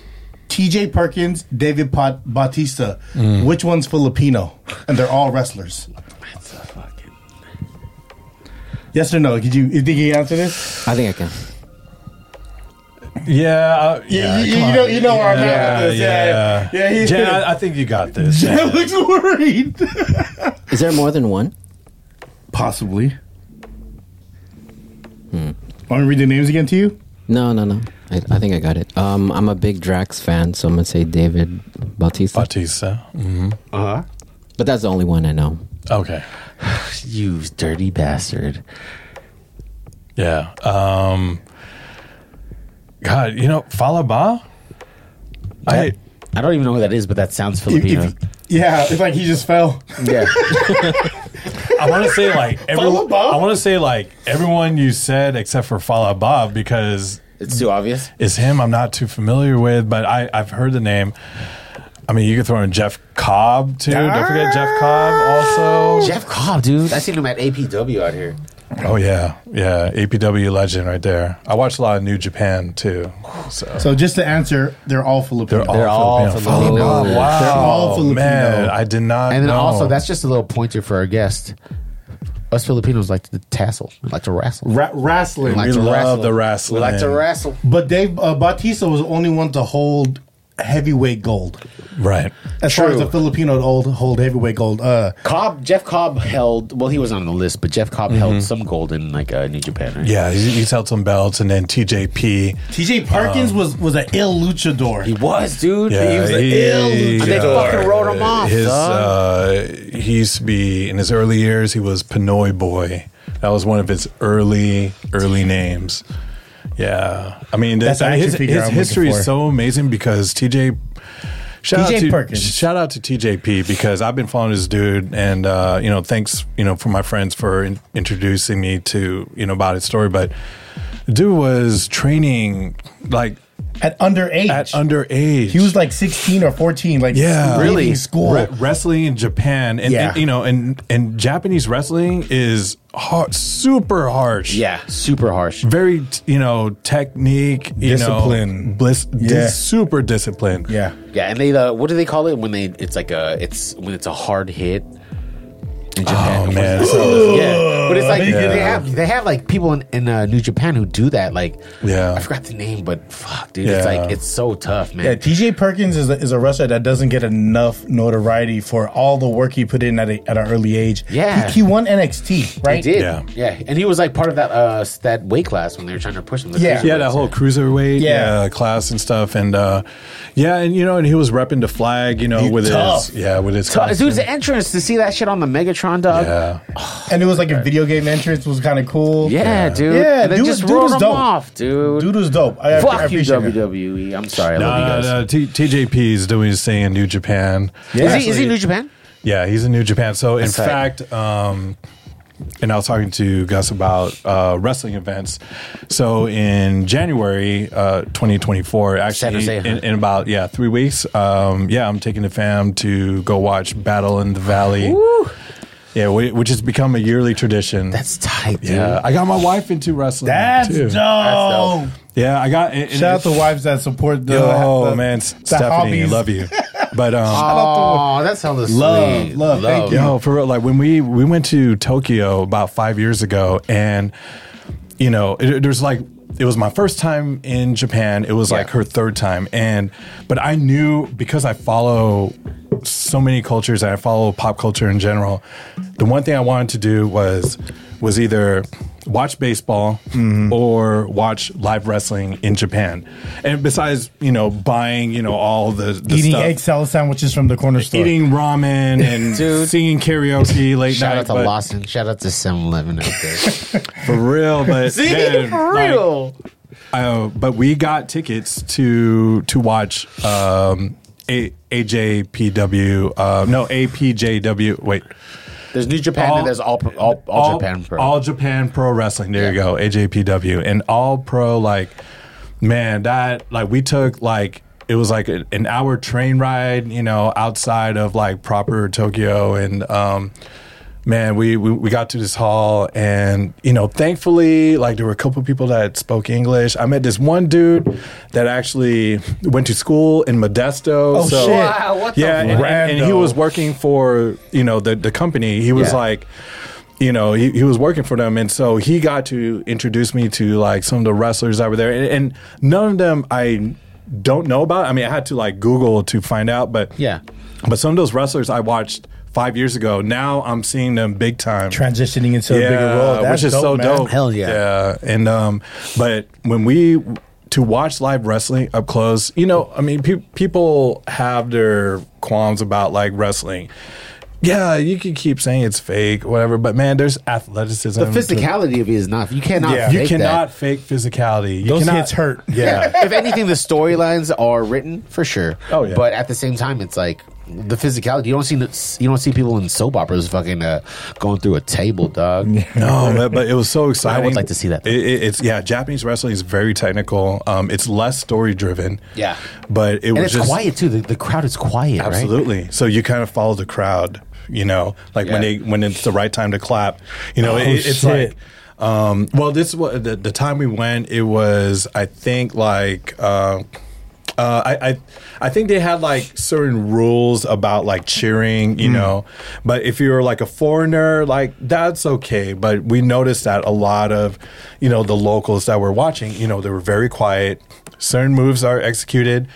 TJ Perkins, David Pat- Batista. Which one's Filipino? And they're all wrestlers. Yes or no? Could you, you think you can answer this? I think I can. Yeah, uh, yeah, you- come you on. know- you know where I'm at yeah, with this, yeah, yeah. Yeah, Yeah, he- Jen, I, I think you got this. I Yeah. looks worried. Is there more than one? Possibly. Hmm. Want me to read the names again to you? No, no, no. I, I think I got it. Um, I'm a big Drax fan, so I'm gonna say David Bautista. Bautista. Uh huh. But that's the only one I know. Okay. You dirty bastard. Yeah. Um, God, you know, Falaba? I I don't even know who that is, but that sounds Filipino. If- yeah, it's like he just fell. yeah. I want to say like every, Falaba? I want to say like everyone you said except for Falaba because it's too obvious. it's him I'm not too familiar with, but I I've heard the name. I mean, you could throw in Jeff Cobb too. Don't forget Jeff Cobb also. Jeff Cobb, dude. I seen him at APW out here. Oh yeah, yeah, APW legend right there. I watched a lot of New Japan too. So So just to answer, they're all Filipino. all Filipino. Oh, wow, They're all Filipino. Man, I did not. And then know. also, that's just a little pointer for our guest. Us Filipinos like to tassel, we like to wrestle. Ra- wrestling. like we to love wrestle. the wrestling. We like to wrestle. But Dave uh, Bautista was the only one to hold heavyweight gold. right? As far as the Filipino to hold, hold heavyweight gold. Uh, Cobb, Jeff Cobb held. Well, he was on the list, but Jeff Cobb held some gold in like uh, New Japan. Right? Mm-hmm. Yeah, he- he's held some belts, and then TJP. TJ Perkins was was an ill luchador. he was, dude. Yeah, he was an he- ill. And they yeah. fucking wrote him off. His dog. uh, he used to be in his early years. He was Pinoy Boy. That was one of his early early names. Yeah, I mean That's that's, I mean, the his, action figure his I'm history looking is for. so amazing because TJ. Shout TJ out to, Perkins. Shout out to TJP because I've been following this dude, and uh, you know, thanks you know for my friends for in- introducing me to you know about his story. But dude was training like at underage. at underage. he was like 16 or 14. Like, Yeah. leaving Really? School. Re- wrestling in Japan, and, Yeah. and, you know, and and Japanese wrestling is hard, super harsh. yeah, super harsh. very t- you know technique, you know, Discipline. bliss, dis- Yeah. super discipline. yeah. Yeah, and they uh, what do they call it when they? It's like a it's when it's a hard hit. In Japan, Oh man, so, Yeah, but it's like Yeah. they have they have like people in, in uh, New Japan who do that. Like, Yeah. I forgot the name, but fuck, dude, Yeah. it's like it's so tough, man. Yeah, TJ Perkins is a, is a wrestler that doesn't get enough notoriety for all the work he put in at, a, at an early age. Yeah. He, he won NXT, He right? did, Yeah. yeah. and he was like part of that uh s- that weight class when they were trying to push him. The Yeah. cruiserweights. yeah, that whole cruiserweight Yeah. yeah. class and stuff, and uh, yeah, and you know, and he was repping the flag, you know, He's with tough. his yeah, with his Dude, costume. the entrance to see that shit on the Megatron dog. Yeah, yeah, And it was like a video game entrance was kind of cool. dude. Yeah, and they dude- just dude rolled was him dope. off, dude. Dude was dope. I, I- I Fuck you, E. appreciate it. WWE. I'm sorry, I no, love you no, guys. no, T- TJP is doing his thing in New Japan. Yeah. Is he is he New Japan? Yeah, he's in New Japan. So in tight. fact, um, and I was talking to Gus about uh, wrestling events. So in January uh, 2024, San actually Jose, in, huh? in about yeah three weeks, um, yeah, I'm taking the fam to go watch Battle in the Valley. Yeah, wh- which has become a yearly tradition. That's tight, dude. yeah, I got my wife into wrestling. That's too. dope. dope. Yeah, I got. and- and Shout out it's- to wives that support the. Yo, the- man, the Stephanie, I hobbies. love you. But um, Oh, that sounds Love, sweet. love, thank you. Yo, for real, like when we we went to Tokyo about five years ago, and you know, it, there's like it was my first time in Japan. It was like Yeah. her third time, and but I knew because I follow so many cultures and I follow pop culture in general. The one thing I wanted to do was was either watch baseball or watch live wrestling in Japan. And besides, you know, buying, you know, all the, the Eating stuff, egg salad sandwiches from the corner store. eating ramen and Dude. singing karaoke late Shout night. out to but- Lawson. Shout out to 7-Eleven out there. For real, but man, for like, real. Uh, but we got tickets to to watch um, a AJPW. Uh, no, APJW. Wait, there's New Japan All- and there's all, pro- all, all, Japan Pro. All Japan Pro Wrestling. There you go, AJPW, and All Pro. Like, man, that like we took like it was like a- an hour train ride, you know, outside of like proper Tokyo, and um, man, we, we we got to this hall, and you know, thankfully, like there were a couple people that spoke English. I met this one dude that actually went to school in Modesto. Oh, so, shit. Wow, what the yeah, and, and- and he Rando. was working for you know the the company. He was Yeah. like you know, he, he was working for them. And so he got to introduce me to like some of the wrestlers that were there. And, and none of them I don't know about. I mean, I had to like Google to find out, but Yeah. But some of those wrestlers I watched five years ago, now I'm seeing them big time Transitioning into a bigger role. That's which is dope, so man. dope. Hell yeah. Yeah. And um, but when we to watch live wrestling up close, you know, I mean, pe- people have their qualms about like wrestling. Yeah, you can keep saying it's fake, whatever. But man, there's athleticism. the to- physicality of it is not. You cannot Yeah. You fake cannot that. fake physicality. You Those cannot, hits hurt. Yeah. if anything, the storylines are written for sure. Oh, yeah. But at the same time, it's like the physicality. You don't see the, you don't see people in soap operas fucking uh, going through a table, dog. No, but, but it was so exciting. like to see that. It, it- it's yeah, Japanese wrestling is very technical. Um, it's less story driven. Yeah. but it And was it's just quiet too. The, the crowd is quiet, right? Absolutely. So you kind of follow the crowd, you know, like when Yeah. Oh, they when it's the right time to clap. You know, it, it's shit. like, um, well, this was the, the time we went. It was, I think, like. Uh, uh, I, I I think they had like certain rules about like cheering, Hmm. you know. But if you're like a foreigner, like that's okay. But we noticed that a lot of, you know, the locals that were watching, you know, they were very quiet. Certain moves are executed,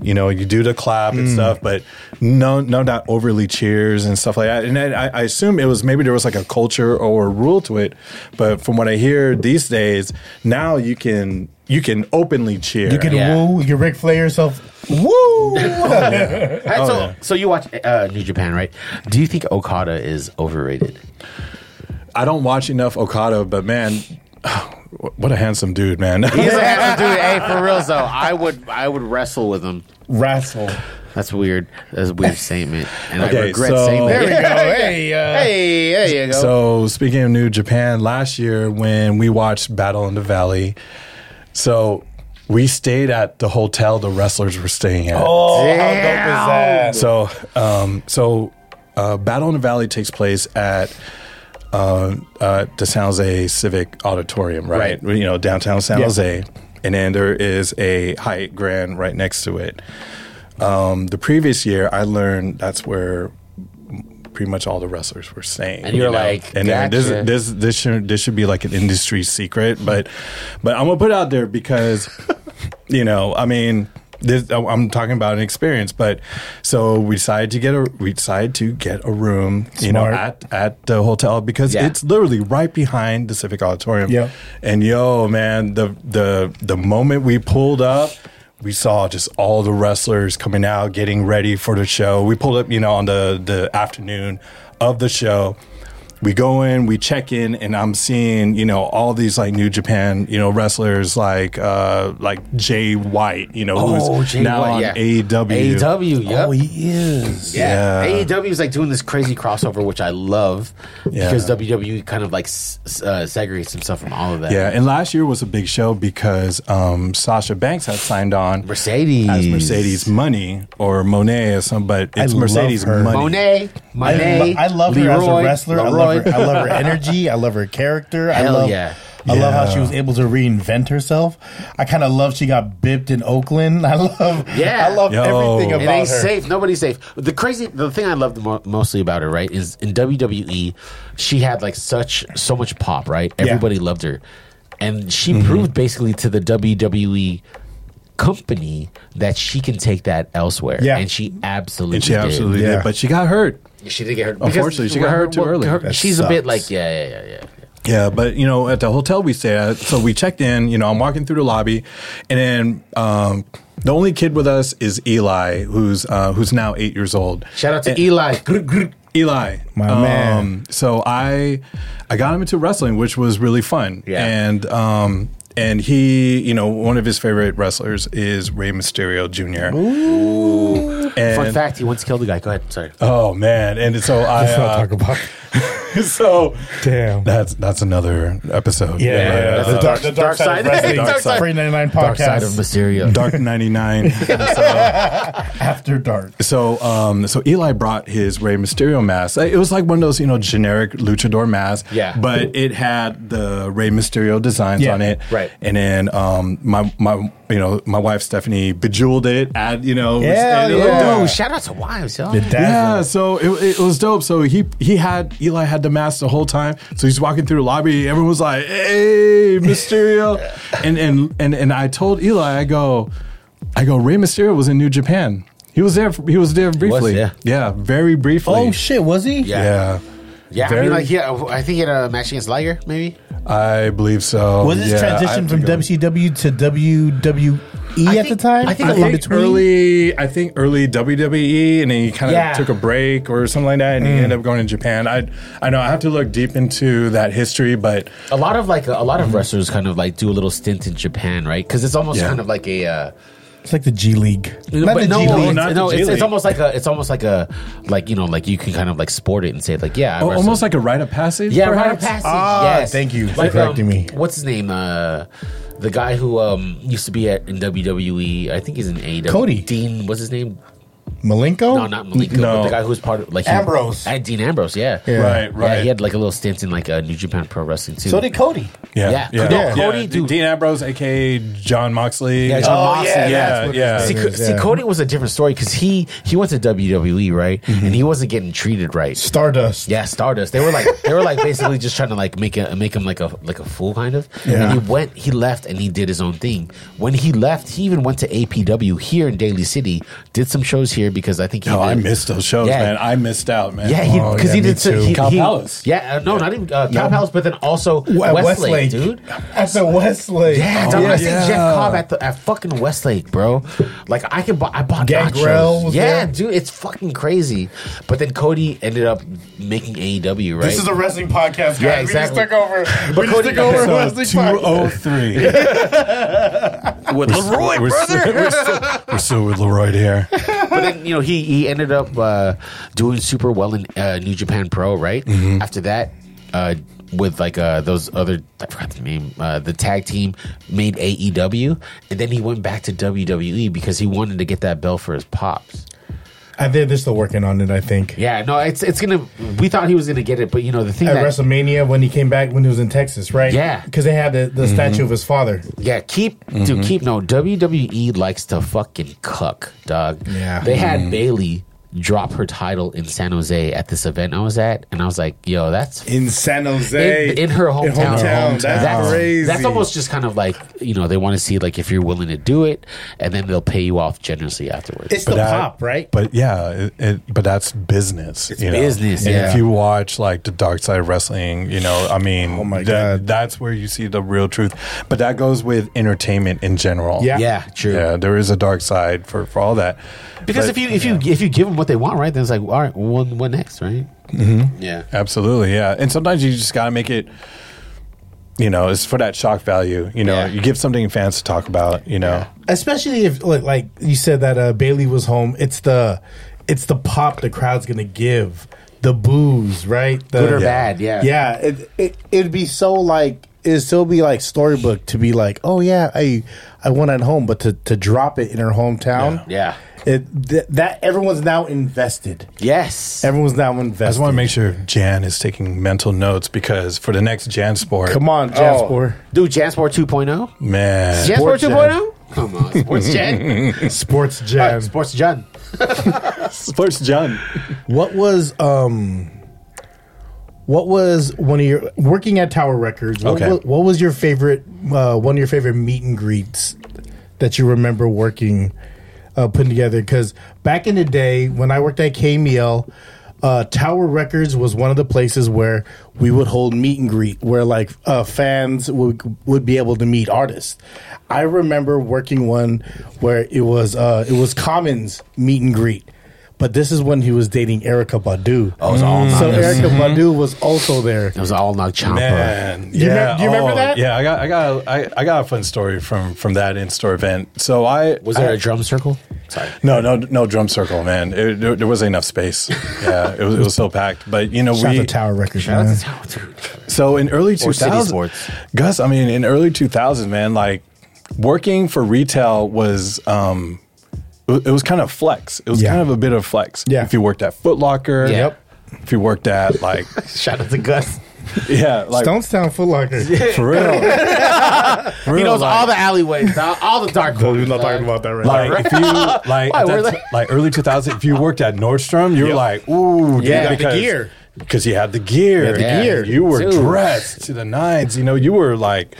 you know, you do the clap Mm. and stuff, but no, no, not overly cheers and stuff like that. And I, I assume it was maybe there was like a culture or a rule to it. But from what I hear these days, now you can you can openly cheer. You can Yeah. woo, you can Ric Flair yourself. Woo! All Oh, right, so, so you watch uh, New Japan, right? Do you think Okada is overrated? I don't watch enough Okada, but man, what a handsome dude, man. He's a handsome dude. Hey, for real though, I would I would wrestle with him. Wrestle. That's weird. That's a weird statement, and I Okay, regret so- saying There that. There we go. Hey, uh, Hey, there you go. so speaking of New Japan, last year when we watched Battle in the Valley, so we stayed at the hotel the wrestlers were staying at. Oh, how dope is that? So, um, so uh, Battle in the Valley takes place at uh, uh, the San Jose Civic Auditorium, right? You know, downtown San Jose, and then there is a Hyatt Grand right next to it. Um, the previous year, I learned that's where pretty much all the wrestlers were staying. And you're like, and then this, "Gotcha." this this should this should be like an industry secret, but but I'm gonna put it out there because you know, I mean, this, I- I'm talking about an experience, but so we decided to get a we decided to get a room, you know, Smart. at at the hotel because Yeah. it's literally right behind the Civic Auditorium. Yeah. And yo, man, the the the moment we pulled up. We saw just all the wrestlers coming out, getting ready for the show. We pulled up, you know, on the, the afternoon of the show. We go in, we check in, and I'm seeing, you know, all these like New Japan, you know, wrestlers like uh like Jay White, you know, who's Oh, Jay now White, on E yeah. E AEW. AEW, yep. Oh, he is. Yeah. Yeah. AEW is like doing this crazy crossover, which I love Yeah. because WWE kind of like s- s- uh, segregates himself from all of that. Yeah, and last year was a big show because um Sasha Banks had signed on Mercedes. as Mercedes Money or Monet or something, but I it's love Mercedes her. Money. Monet. I, Monet. lo- I love her as a Leroy, wrestler. I Leroy. love, her, I love her energy. I love her character. I Hell love, yeah. I love how Yeah. she was able to reinvent herself. I kind of love she got bipped in Oakland. I love, Yeah. I love Yo. everything It about It ain't her. safe. Nobody's safe. The crazy, the thing I loved mo- mostly about her, right, is in WWE, she had like such so much pop, right? Everybody loved her, and she Mm-hmm. proved basically to the WWE company that she can take that elsewhere. Yeah. and she absolutely, And she absolutely Yeah. did, but she got hurt. did. She did get hurt. Unfortunately, she got hurt too early. That she's a bit sucks. like yeah, yeah, yeah, yeah. Yeah, but you know, at the hotel we stayed at, so we checked in. You know, I'm walking through the lobby, and then um, the only kid with us is Eli, who's uh, who's now eight years old. Shout out to Eli. Grr, grr. Eli, um, My man. So I, I got him into wrestling, which was really fun. Yeah. And um, and he, you know, one of his favorite wrestlers is Rey Mysterio Jr. Ooh. And, Fun fact: He once killed a guy. Go ahead. Sorry. Oh man! And so I, That's what I'll uh, talk about. so Damn. that's that's another episode. Yeah, yeah, yeah. that's The a- dark- the dark side of wrestling. Dark side. Free 99 Dark side of podcast Mysterio. Dark 99. after dark. so um so Eli brought his Rey Mysterio mask. It was like one of those, you know, generic luchador masks. Yeah. But it had the Rey Mysterio designs Yeah, on it. right. And then um my my you know, my wife Stephanie bejeweled it at you know Hell and it looked yeah. dope. Oh, shout out to wives, yo. Yeah, so it, it was dope. So he he had Eli had the mask the whole time. So he's walking through the lobby. Everyone was like, "Hey, Mysterio," and and and and I told Eli, I go, I go, Rey Mysterio was in New Japan. He was there. He was there briefly. yeah. very briefly. Oh shit, was he? Yeah, Yeah, I Very- mean, like, yeah, I think he had a match against Liger, maybe. I believe so. Was this Yeah, I transition have from to go- WCW to WWE I at the think- time? I think I Or it was think early, I think early WWE, and then he kind of Yeah. took a break or something like that, and he ended up going to Japan. I, I know I have to look deep into that history, but A lot of like a, lot of wrestlers kind of like do a little stint in Japan, right? Because it's almost Yeah. kind of like a. Uh, It's like the G League. Not but the no, G it's- League. not the no, G it's, it's League. almost like a, it's almost like a, like you know, like you can kind of like sport it and say like, yeah, I Oh, wrestled. almost like a rite of passage. yeah, rite of perhaps? passage. Ah, yes, thank you for correcting um, me. What's his name? Uh, the guy who um used to be at in WWE. I think he's in AEW. Cody. Oh, Dean. What's his name? Malenko? No, not Malenko, but No. the guy who was part of like he- Ambrose. Uh, Dean Ambrose. Yeah. Right, right. Yeah, he had like a little stint in like uh, New Japan Pro Wrestling too. So did Cody. Yeah, Yeah. yeah. No, Cody, D- dude. Dean Ambrose, aka John Moxley. Yeah, John Moxley, yeah, yeah. yeah. See, it is, see, yeah. Cody was a different story because he he went to WWE, right? Mm-hmm. And he wasn't getting treated right. Stardust. Yeah, Stardust. They were like they were like basically just trying to like make a make him like a like a fool kind of. Yeah. And he went, he left, and he did his own thing. When he left, he even went to APW here in Daily City, did some shows here because I think he. No, Oh, I did- missed those shows, Yeah. man. I missed out, man. Yeah, Oh, because he, yeah, me did. so- too. He, Cal he- Palace. Yeah, uh, no, not even uh, Cal Palace, but then also At Westlake, dude. At the Westlake. Yeah, Oh, dog, I yeah. seen Jeff Cobb at the at fucking Westlake, bro. Like I can buy, I bought Gangrel nachos. was Yeah, there. dude, it's fucking crazy. But then Cody ended up making AEW, right? This is a wrestling podcast, guys. Yeah, We exactly. just took over. we just Cody- oh- took over So, wrestling podcast. 203. with Leroy, oh we're brother. Still, we're, still, we're still with Leroy here. but then you know he he ended up uh, doing super well in uh, New Japan Pro, right? Mm-hmm. After that. Uh, with like uh, those other, I forgot the name. Uh, the tag team made AEW, and then he went back to WWE because he wanted to get that belt for his pops. I think they're still working on it, I think. Yeah, no, it's it's gonna. We thought he was gonna get it, but you know the thing At that WrestleMania when he came back when he was in Texas, right? Yeah. Mm-hmm. Because they had the, the statue of his father. Yeah, keep Mm-hmm. dude, keep no. WWE likes to fucking cuck, dog. Yeah. Mm-hmm. They had Bailey drop her title in San Jose at this event I was at, and I was like, yo, that's In San Jose. in, in her hometown. hometown, that's crazy. That's almost just kind of like, you know, they want to see like if you're willing to do it, and then they'll pay you off generously afterwards. It's the that- pop, right? But yeah, it, it, but that's business. It's business, And yeah. if you watch like the dark side of wrestling, you know, I mean, oh my God. that's where you see the real truth. But that goes with entertainment in general. Yeah. yeah, true. Yeah, there is a dark side for, for all that. Because if But- you if you if you give them what they want, right, then it's like, all right, what, what next, right? Mm-hmm. Yeah. Absolutely, yeah. And sometimes you just got to make it, you know, it's for that shock value. You know, Yeah. you give something fans to talk about, you know. especially if like, like you said that uh, Bailey was home. It's the it's the pop the crowd's gonna give the booze, right? The, Good or yeah. bad, yeah. Yeah, it, it it'd be so like it'd still be like storybook to be like, oh yeah, I I won at home, but to to drop it in her hometown, Yeah. it th- that everyone's now invested. Yes. Everyone's now I invested. just want to make sure Jan is taking mental notes because for the next Jan sport, Come on, Oh. Jasper. Dude, Jansport 2.0? man, Jansport Jan. 2.0? Come on, Sports Jan. Sports All right, jazz. Sports Jan. sports Jan. What was um what was one of your working at Tower Records? What, Okay. wa- what, was your favorite uh, one of your favorite meet and greets that you remember working uh, putting together? Because back in the day when I worked at KML, uh, Tower Records was one of the places where we would hold meet and greet, where like uh, fans would would be able to meet artists. I remember working one where it was uh, it was Commons meet and greet, but this is when he was dating Erica Badu. Oh, it was all so nice. Erica Badu was also there. It was all not Champa. Man, you remem- yeah, Oh, do you remember that? Yeah, I got, I got, I, I got a fun story from from that in store event. So I Was there I- a drum circle? Sorry. No, no, no drum circle, man. It, there, there wasn't enough space. Yeah, it was, it was so packed. But you know, Shout out we to Tower Records. Shout out man. to Tower, dude. so in early Or City 2000s Sports. gus i mean in early 2000s man like working for retail was um it was kind of flex it was Yeah. kind of a bit of flex Yeah. if you worked at Foot Locker, Yeah. Yep. if you worked at like Shout out to Gus. yeah like Stonestown Foot Locker. for real For He real, knows like- all the alleyways, all- all the dark corners. about that right like if you like Why, at we're that like- ti- like early 2000 if you worked at Nordstrom you were like ooh dude, Yeah, the gear. because you had the gear the Yeah. gear. you were Dude. dressed to the nines you know you were like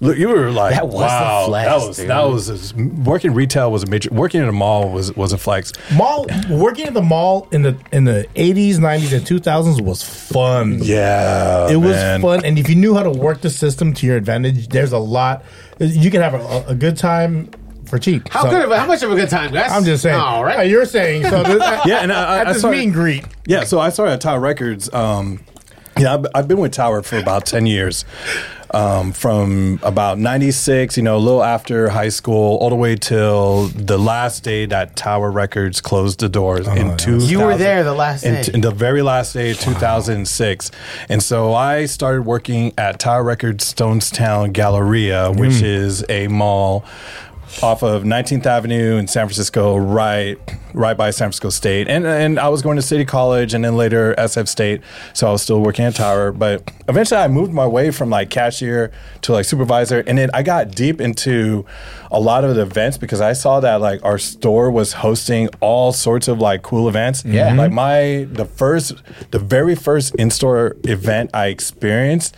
look you were like That was the wow flex, that was dude. that was working retail was a major working in a mall was was a flex Mall working at the mall in the in the eighties, nineties, and two thousands was fun. yeah It was man. fun, and if you knew how to work the system to your advantage, there's a lot you can have a, a good time for cheap. How So, good of a, how much of a good time, Gus? I'm just saying. All right. Uh, you're saying so. This, Yeah, and I- I- at I this saw- meet and greet, Yeah, so I started at Tower Records. Um, yeah, I've, I've been with Tower for about 10 years. Um, from about 96, you know, a little after high school, all the way till the last day that Tower Records closed the doors in 2000. You were there the last in, day. in the very last day of 2006. And so I started working at Tower Records Stonestown Galleria, which Hmm. is a mall off of 19th Avenue in San Francisco, right right by San Francisco State. And and I was going to City College and then later SF State. So I was still working at Tower. But eventually I moved my way from like cashier to like supervisor. And then I got deep into a lot of the events because I saw that like our store was hosting all sorts of like cool events. Mm-hmm. Yeah. Like my the first the very first in-store event I experienced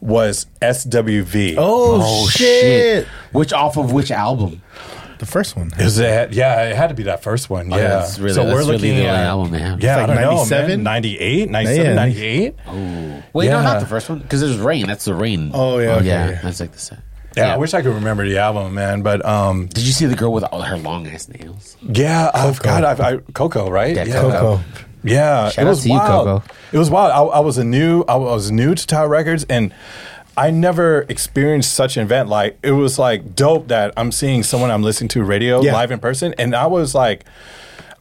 was SWV. Oh, shit. Which off of which album? the first one. Is it, yeah, it had to be that first one. Yeah. Oh, that's really- that's really the only album they have. Yeah, It's I like don't 97? know, man. 98, 97, Man. 98. Wait, no, Yeah. not the first one. Because there's rain. That's the rain. Oh, yeah, okay, yeah. That's like the set. Yeah, I wish I could remember the album, man. But um, Did you see the girl with all her long ass nails? yeah, I've got I've, I, Coco, right? Yeah, yeah, Coco. Yeah, Shout it out was to you, wild. Coco. It was wild. I, I was a new I was new to Tower Records and. I never experienced such an event. Like it was like dope that I'm seeing someone I'm listening to radio Yeah. live in person, and I was like,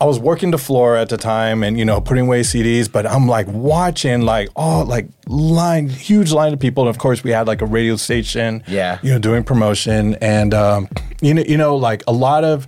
I was working the floor at the time and you know putting away CDs, but I'm like watching like oh like line huge line of people, and of course we had like a radio station, Yeah. you know doing promotion, and um, you know you know like a lot of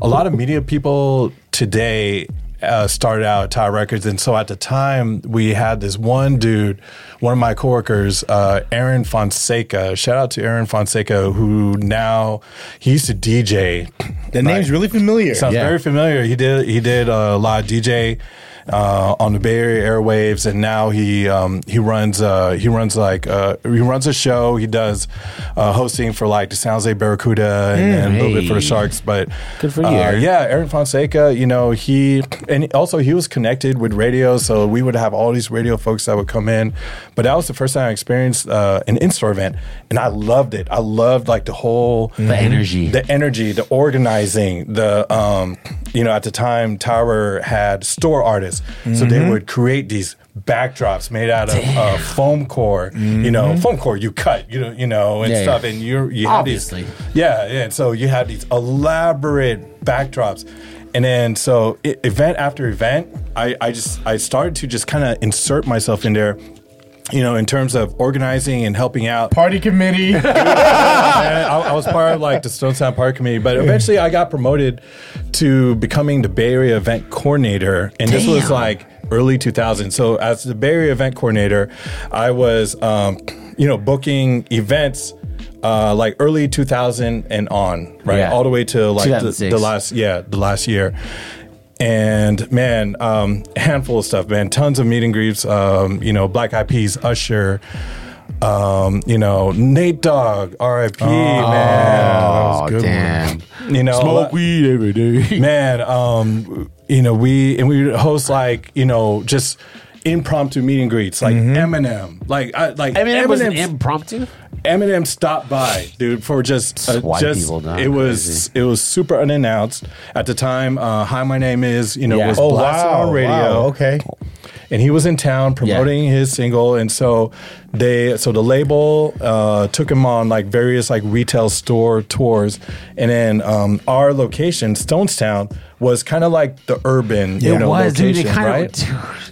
a lot of media people today. Uh, started out at Tower Records, and so at the time we had this one dude, one of my coworkers, uh, Aaron Fonseca. Shout out to Aaron Fonseca, who now he used to DJ The name's really familiar. Sounds very familiar. He did he did uh, a lot of DJ uh, on the Bay Area airwaves, and now he um, he runs uh, he runs like uh, he runs a show. He does uh, hosting for like the San Jose Barracuda and, and a little bit for the Mm, hey. Sharks. But Good for you, uh, Aaron. yeah, Aaron Fonseca. You know he and also he was connected with radio, so we would have all these radio folks that would come in. But that was the first time I experienced uh, an in store event, and I loved it. I loved like the whole The energy. the energy, the organizing, the um, you know, at the time Tower had store artists, so Mm-hmm. they would create these backdrops made out of uh, foam core. You know, foam core you cut, you know, you know, Mm-hmm. and Yeah, stuff, yeah. and you you Obviously. Have these, yeah, yeah. And so you had these elaborate backdrops. And then, so e- event after event, I, I just I started to just kind of insert myself in there, you know, in terms of organizing and helping out. Party committee. I, I- I was part of like the Stonestown Park Committee, but eventually I got promoted to becoming the Bay Area event coordinator, and this was like early 2000. So as the Bay Area event coordinator, I was, um, you know, booking events. Uh, like early 2000 and on, right, Yeah. all the way to like the, 2006. the last, yeah, the last year, and man, um, handful of stuff, man, tons of meet and greets, um, you know, Black Eyed Peas, Usher, um, you know, Nate Dogg, RIP, man. Oh, damn. You know, a lot- weed every day. man um you know we and we would host like you know just impromptu meet and greets like eminem like i like Mm-hmm. Eminem was an Eminem's- impromptu. Eminem stopped by, dude, for just uh, Swipe just people down, it was crazy. it was super unannounced at the time. Uh, Hi, my name is you know Yeah. was Oh, blasted on radio, Wow, okay. and he was in town promoting his single, and so they so the label uh, took him on like various like retail store tours, and then um, our location, Stonestown, was kind of like the urban you know location, right?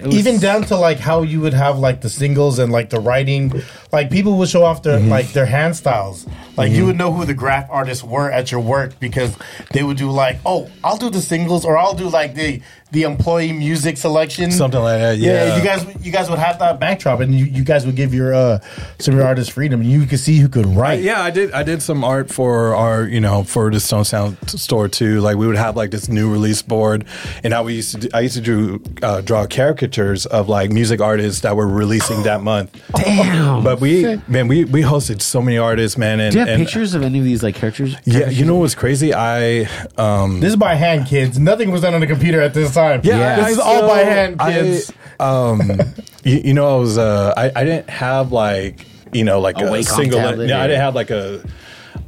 Even down to like how you would have like the singles and like the writing, like people would show off their Mm-hmm. like their hand styles. Like you would know who the graph artists were at your work because they would do like, oh, I'll do the singles or I'll do like the the employee music selection, Something like that, yeah. you guys, you guys would have that back. Backdrop, and you, you guys would give your uh some of your artists freedom, and you could see who could write. Yeah, I did. I did some art for our, you know, for the Stone Sound store too. Like we would have like this new release board, and I we used to. Do, I used to do uh, draw caricatures of like music artists that were releasing that month. Damn. But we, man, we we hosted so many artists, man, and, Do you have and pictures of any of these like characters? yeah, you know what's crazy? I um, This is by hand, kids. Nothing was done on the computer at this time. I this is all by still- hand, I, kids. um, you, you know, I was uh, I, I didn't have like you know like A a, Wacom single. tablet, yeah, yeah. I didn't have like a.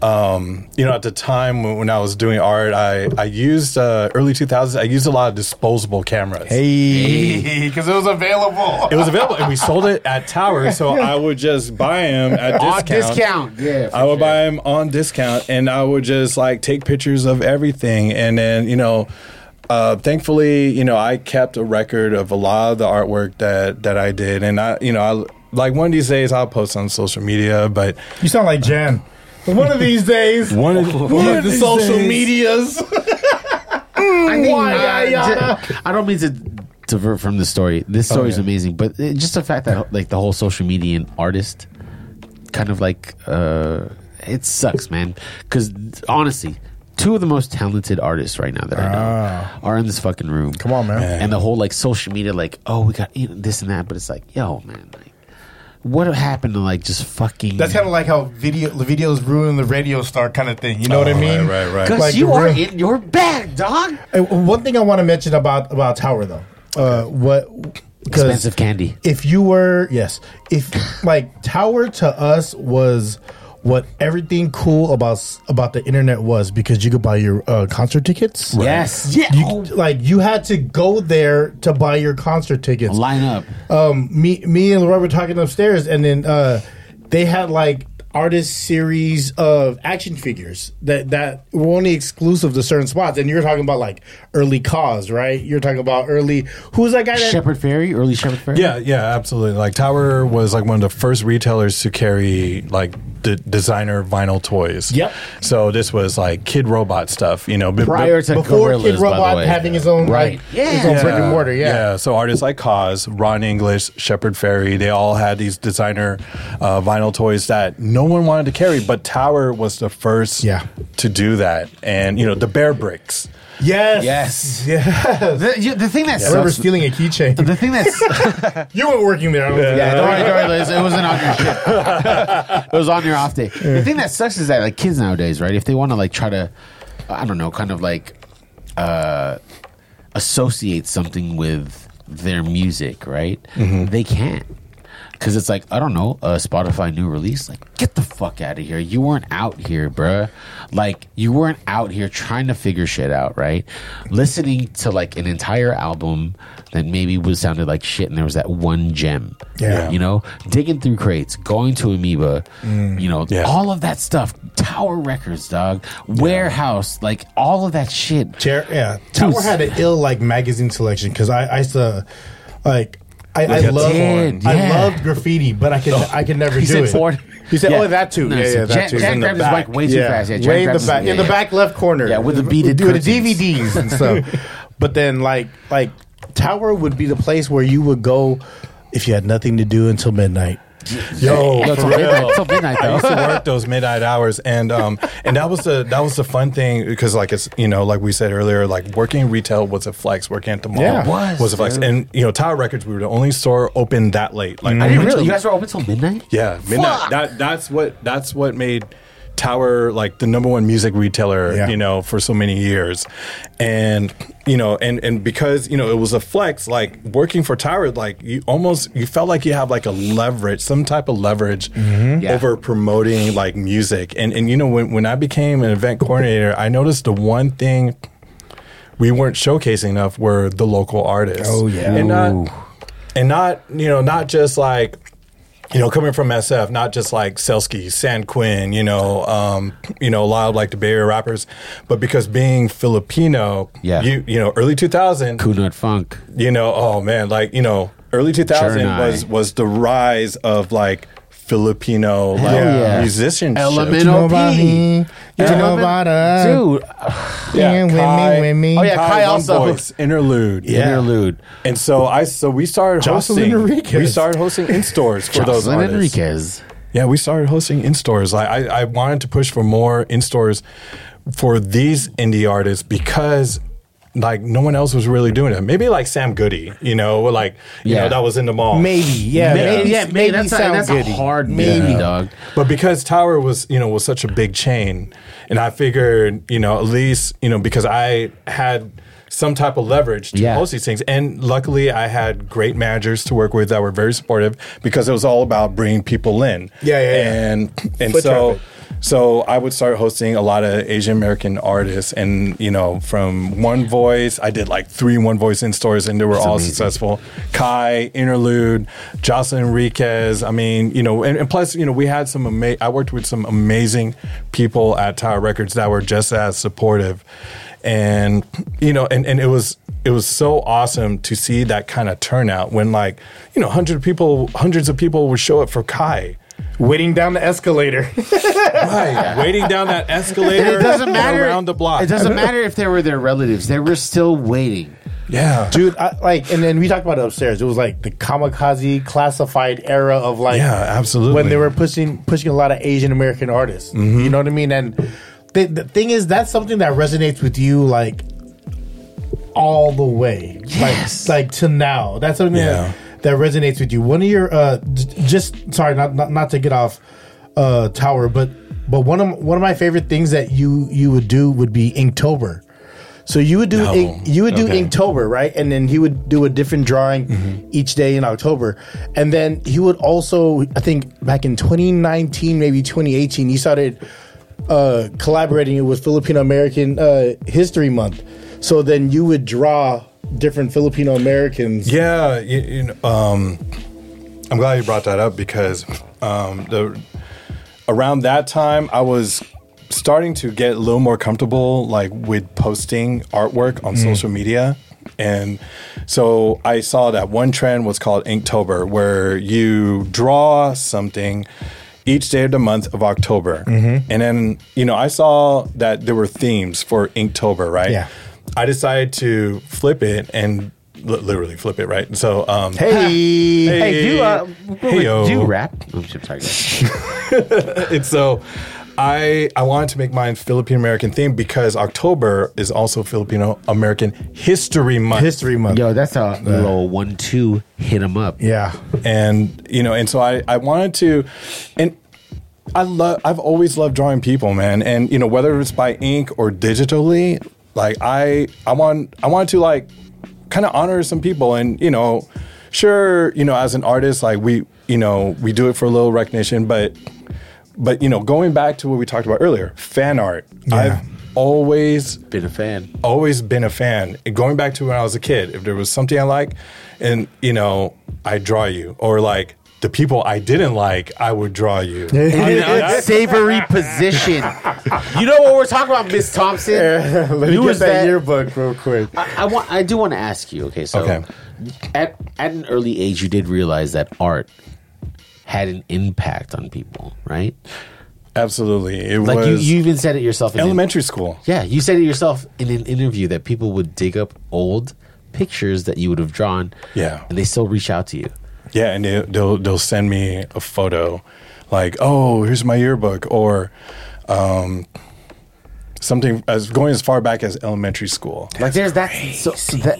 Um, you know, at the time when, when I was doing art, I I used uh, early 2000s. I used a lot of disposable cameras. because it was available. It was available, and we sold it at Tower. So I would just buy them at On discount. discount. Yeah. I would buy them on discount, and I would just like take pictures of everything, and then you know, uh, thankfully, you know, I kept a record of a lot of the artwork that that I did, and I, you know, I like one of these days I'll post on social media, but You sound like Jan. One of these days, one of, one of the these social days- medias. I think Why, not. yeah, Oh, Ju- I don't mean to divert from the story. This story is yeah. amazing, but it, just the fact that like the whole social media and artist kind of like uh it sucks, man. Because honestly, two of the most talented artists right now that I know are in this fucking room. Come Ah. on, man. Man. And the whole like social media, like oh we got you know, this and that, but it's like yo man, like what happened to like just fucking. That's kind of like how video the videos ruin the radio star kind of thing. You know what I Oh, mean? right, right, right. Gus, like, you the are real- in your bag, dog. Uh, One thing I want to mention about about Tower though, uh, what 'cause Expensive candy. If you were yes, if like Tower to us was what everything cool about s- about the internet was because you could buy your uh, concert tickets. Yes. Oh. Yeah, you, like you had to go there to buy your concert tickets. Line up. Um, me, me and Leroy were talking upstairs, and then uh, they had like artist series of action figures that that were only exclusive to certain spots. And you're talking about like early cause, right? You're talking about early. Who's that guy? That, Shepherd Ferry, early Shepherd Ferry. Yeah, yeah, absolutely. Like Tower was like one of the first retailers to carry like d- designer vinyl toys. Yep. So this was like kid robot stuff, you know. b- b- prior to before Gorillaz, Kid Robot by the way. having his own right? right, his own Oh, brick and mortar. Yeah. So artists like Cause, Ron English, Shepard Ferry, they all had these designer uh, vinyl toys that no one wanted to carry, but Tower was the first Yeah. to do that. And you know, the Bear Bricks. Yes. Yes. Yes. The, you- the thing that I remember sucks. stealing a keychain. The thing that's You weren't working there. I don't think. yeah, don't worry, don't worry, Liz, it wasn't on your shit. it was on your off day. The thing that sucks is that like kids nowadays, right? If they want to like try to, I don't know, kind of like uh, associate something with their music, right? They can't. Cause it's like I don't know a Spotify new release. Like, get the fuck out of here! You weren't out here, bruh. Like, you weren't out here trying to figure shit out, right? Listening to like an entire album that maybe was sounded like shit, and there was that one gem. Yeah. you know, digging through crates, going to Amoeba, you know, Yeah. all of that stuff. Tower Records, dog, warehouse, like all of that shit. Chair, yeah. Tower had an ill like magazine selection because I, I used to like I, I Like a love porn. I Yeah. Oh. loved graffiti, but I could I could never He do said it. porn. He said, Yeah. "Oh, that too. No, yeah, he said yeah, that Jack- too." Jack In the grabbed his back. mic way too Yeah. fast. Yeah, Jack way in the grabbed his- back, yeah, in the yeah. back left corner. Yeah, with the beaded doing the curtains. DVDs and stuff. but then, like, like Tower would be the place where you would go if you had nothing to do until midnight. Yo, No, till midnight, till midnight I though. used to work those midnight hours, and um, and that was the that was the fun thing because like it's you know like we said earlier, like working retail was a flex, working at the mall Yeah. It was, was a flex, dude. and you know Tower Records we were the only store open that late. Like I didn't Mm-hmm. until- really. You guys were open till midnight. yeah, midnight. Fuck. That that's what that's what made tower, like the number one music retailer, Yeah. you know, for so many years, and you know, and and because you know it was a flex, like working for Tower, like you almost you felt like you have like a leverage, some type of leverage Mm-hmm. Yeah. over promoting like music, and and you know when when I became an event coordinator, I noticed the one thing we weren't showcasing enough were the local artists. Oh, yeah. and Ooh. not and not you know not just like you know coming from SF, not just like Selsky, San Quinn, you know, um, you know a lot of like the Bay Area rappers, but because being Filipino, Yeah. you you know early two thousand, Kunut Funk. you know, oh man, like you know early two thousand Chernai. was was the rise of like. Filipino like yeah. musicianship. Elemental P. You Yeah. know about us. Dude. uh, yeah, with me, Kai- with me. Oh, yeah, Kai, Kai One also. Voice, interlude. Interlude. And so I so we started Jocelyn hosting Enriquez. we started hosting in stores for those Jocelyn artists. Enriquez. Yeah, we started hosting in stores. Like I, I wanted to push for more in stores for these indie artists because like no one else was really doing it. Maybe like Sam Goody, you know, or like you Yeah. know, that was in the mall. Maybe, yeah, Maybe, yeah, maybe, that's, a, sound that's a goody. hard maybe, dog. But because Tower was, you know, was such a big chain, and I figured, you know, at least, you know, because I had some type of leverage to Yeah. host these things, and luckily I had great managers to work with that were very supportive because it was all about bringing people in. Yeah, yeah, yeah. And and Foot so. traffic. So I would start hosting a lot of Asian American artists, and you know, from One Voice, I did like three One Voice in stores, and they were all successful. Kai Interlude, Jocelyn Enriquez. I mean, you know, and, and plus, you know, we had some. Ama- I worked with some amazing people at Tower Records that were just as supportive, and you know, and and it was it was so awesome to see that kind of turnout when like you know, hundred people, hundreds of people would show up for Kai. Waiting down the escalator. Right, waiting down that escalator. It doesn't and matter around the block. It doesn't matter if they were their relatives; they were still waiting. Yeah, Dude, I, like, and then we talked about it upstairs. It was like the kamikaze classified era of like, Yeah, absolutely. Mm-hmm. When they were pushing pushing a lot of Asian American artists, you know what I mean. And the, the thing is, that's something that resonates with you like all the way, Yes. like, like to now. That's something Yeah. that, that resonates with you. One of your, uh, j- just sorry, not, not not to get off uh, tower, but but one of one of my favorite things that you you would do would be Inktober. So you would do No. ink, you would do Oh, Okay. Mm-hmm. Inktober, right? And then he would do a different drawing each day in October. And then he would also, I think, back in 2019, maybe 2018, he started uh, collaborating with Filipino American uh, History Month. So then you would draw different Filipino Americans. yeah. You, you know, um, I'm glad you brought that up because um, the around that time I was starting to get a little more comfortable, like with posting artwork on social media. And so I saw that one trend was called Inktober, where you draw something each day of the month of October. And then, you know, I saw that there were themes for Inktober, right? Yeah. I decided to flip it and li- literally flip it, right? So, um, Hey, Hey, do uh, hey-o. do you rap? Oops, I'm sorry. guys. and so I I wanted to make mine Philippine American theme because October is also Filipino American History Month. History Month. Yo, that's a little one-two. Hit him up. Yeah. and you know, and so I I wanted to, and I love I've always loved drawing people, man, and you know whether it's by ink or digitally, like I I want I want to like kind of honor some people, and you know, sure, you know, as an artist, like we you know we do it for a little recognition, but but you know, going back to what we talked about earlier, fan art, I've always Been a fan. always been a fan. And Going back to when I was a kid, if there was something I like, and you know, I draw you, or like the people I didn't like, I would draw you. I mean, I- Savory position. You know what we're talking about, Miss Thompson? Let me You get was that, that- yearbook real quick. I, I want. I do want to ask you. Okay, so Okay. at at an early age, you did realize that art had an impact on people, right? absolutely, it Like you, was you even said it yourself. In an- elementary school. yeah, you said it yourself in an interview that people would dig up old pictures that you would have drawn. Yeah. and they still reach out to you. Yeah, and they, they'll they'll send me a photo, like, oh, here's my yearbook, or um, something as going as far back as elementary school. like there's that. So, so that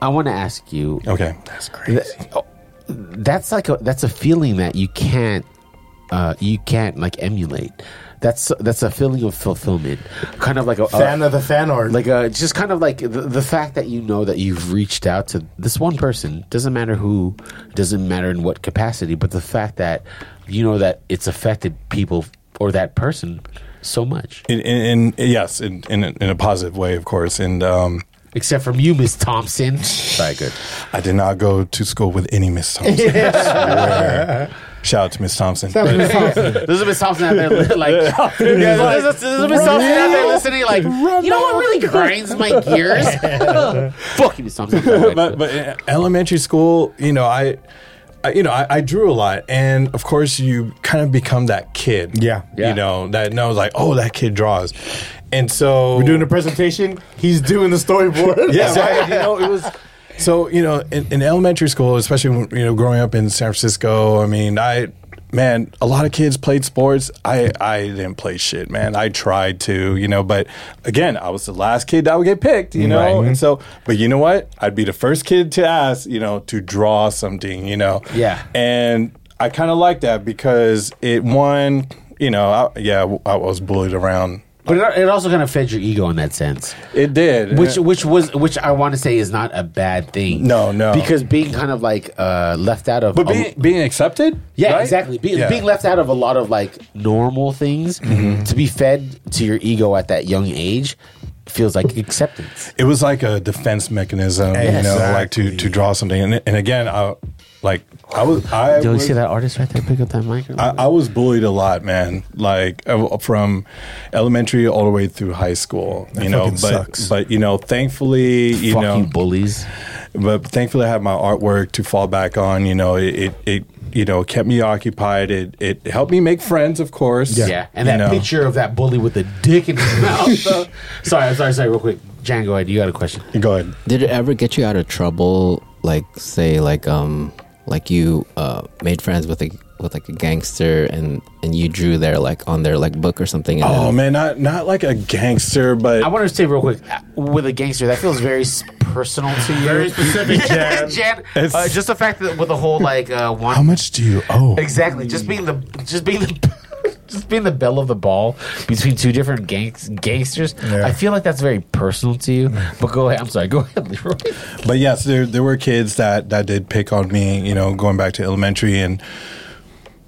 I want to ask you. Okay, that's crazy. That- oh, that's like a that's a feeling that you can't uh you can't like emulate That's that's a feeling of fulfillment, kind of like a, a fan of the fan art. like uh just kind of like the, the fact that you know that you've reached out to this one person doesn't matter who doesn't matter in what capacity but the fact that you know that it's affected people or that person so much In, in, in yes, in, in a- in a positive way, of course. And um, except from you miss thompson Sorry, good I did not go to school with any Miss Thompson. I swear. Shout out to Miss Thompson. But- there's a miss thompson out there li- like yeah, there's, a, there's a miss thompson out there listening like you know what really grinds my gears fuck you miss thompson but, but in elementary school, you know, I, I you know, I, I drew a lot, and of course, you kind of become that kid. Yeah. Yeah. You know that knows like, oh, that kid draws, and so We're doing a presentation. He's doing the storyboard. yeah, right. you know, it was. So you know, in, in elementary school, especially when, you know, growing up in San Francisco, I mean, I man, a lot of kids played sports. I I didn't play shit, man. I tried to, you know, but again, I was the last kid that would get picked, you know, and so. But you know what? I'd be the first kid to ask, you know, to draw something, you know. Yeah. And I kind of like that because it one, you know, I, yeah, I was bullied around. but it, it also kind of fed your ego in that sense It did, Um, which which was which I want to say is not a bad thing. No, no. because being kind of like uh, left out of but a- being, being accepted, yeah, right? exactly. Be, Yeah. Mm-hmm. Being left out of a lot of like normal things to be fed to your ego at that young age feels like acceptance. it was like a defense mechanism, you know, like to to draw something. And, and again, I like I was I Do you was, see that artist right there? Pick up that mic. I, I was bullied a lot, man. Like uh, from elementary all the way through high school, you know. fucking But sucks. but you know, thankfully, you Fuck know, you, bullies. but thankfully I have my artwork to fall back on. You know, it, it, it you know kept me occupied. It it helped me make friends, of course. Yeah, and that You know. picture of that bully with the dick in his mouth. uh, sorry, sorry, sorry. Real quick, Django, Ed, you got a question? Go ahead. Did it ever get you out of trouble? Like say like um like you uh made friends with a with like a gangster and and you drew their like on their like book or something. And Oh then- man, not not like a gangster, but I want to say real quick uh, with a gangster that feels very s- personal to you. Very specific, Jan. uh, just the fact that with the whole like uh, one how much do you owe? exactly just being the just being the just being the bell of the ball between two different gangs, gangsters. I feel like that's very personal to you. But go ahead. I'm sorry. Go ahead, Leroy. But yes, there there were kids that that did pick on me, you know, going back to elementary and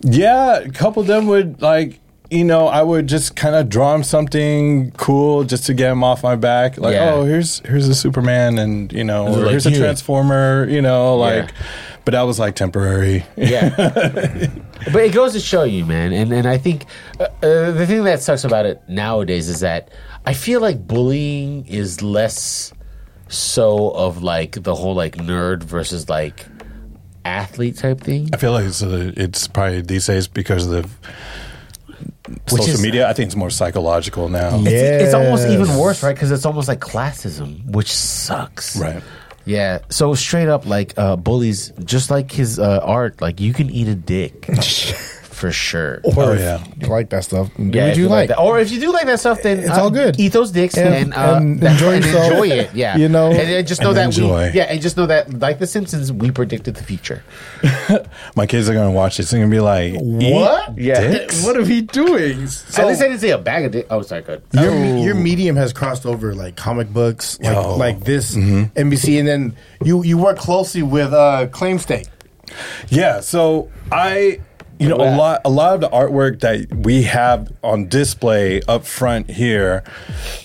yeah, a couple of them would like you know, I would just kind of draw him something cool just to get him off my back. Like, Yeah. oh, here's here's a Superman, and you know, or like, here's "Yeah." a Transformer. You know, like, Yeah. but that was like temporary. Yeah. but it goes to show you, man. And and I think uh, uh, the thing that sucks about it nowadays is that I feel like bullying is less so of like the whole like nerd versus like athlete type thing. I feel like it's uh, it's probably these days because of the social is- media. I think it's more psychological now. It's, it's almost even Yes. worse, right? Because it's almost like classism, which sucks. Right. Yeah. So straight up, like uh, bullies, just like his uh, art, like you can eat a dick for sure. Oh yeah. You like that stuff? Do Yeah, what if you like. that. or if you do like that stuff, then uh, It's all good. Eat those dicks And- and, uh, and that's- enjoy and yourself. enjoy it. Yeah, You know? and, then just know And that enjoy. we, yeah, and just know that like the Simpsons, we predicted the future. My kids are gonna watch this and gonna be like, What? Yeah. What are we doing? So At least I didn't say a bag of dick. Oh, sorry, good. Your, me- your medium has crossed over like comic books, like Oh. like this NBC, and then you you work closely with uh, Claimstake. Yeah, so I you know a lot a lot of the artwork that we have on display up front here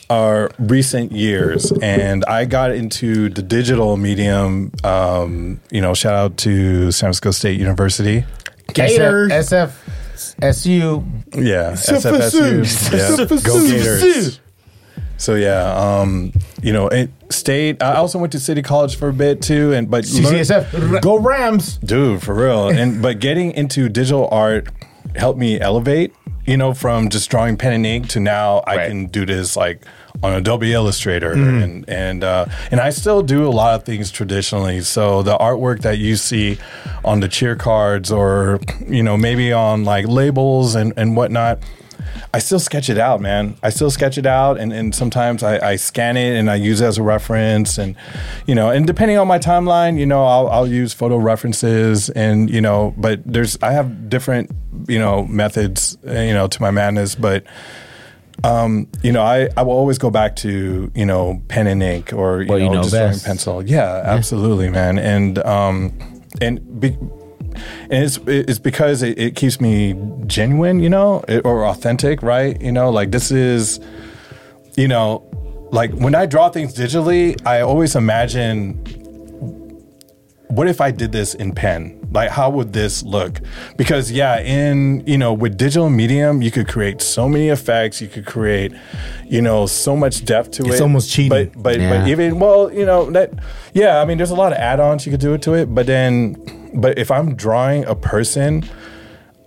are recent years and I got into the digital medium um, you know shout out to San Francisco State University. Gator. Gator. SF, SU. Yeah, SFSU. SFSU. Yeah. Go Gators. So yeah, um, you know, it, state I also went to City College for a bit too and but learn- CCSF. Go Rams! dude for real and but getting into digital art helped me elevate you know from just drawing pen and ink to now i Right. can do this like on adobe illustrator and and uh, and i still do a lot of things traditionally so the artwork that you see on the cheer cards or you know maybe on like labels and and whatnot I still sketch it out, man. I still sketch it out, and, and sometimes I, I scan it and I use it as a reference, and you know, and depending on my timeline, you know, I'll, I'll use photo references, and you know, but there's I have different you know methods, uh, you know, to my madness, but um, you know, I, I will always go back to, you know, pen and ink or, you What know, you know just drawing best. pencil. Yeah, absolutely, man. And, um, and, be, and it's, it's because it, it keeps me genuine, you know, or authentic, right? You know, like this is, you know, like when I draw things digitally, I always imagine what if I did this in pen? Like, how would this look? Because, yeah, in, you know, with digital medium, you could create so many effects. You could create, you know, so much depth to it. almost cheating. But, but, Yeah. but even, well, you know, that, yeah, I mean, there's a lot of add ons you could do to it. But then, but if I'm drawing a person,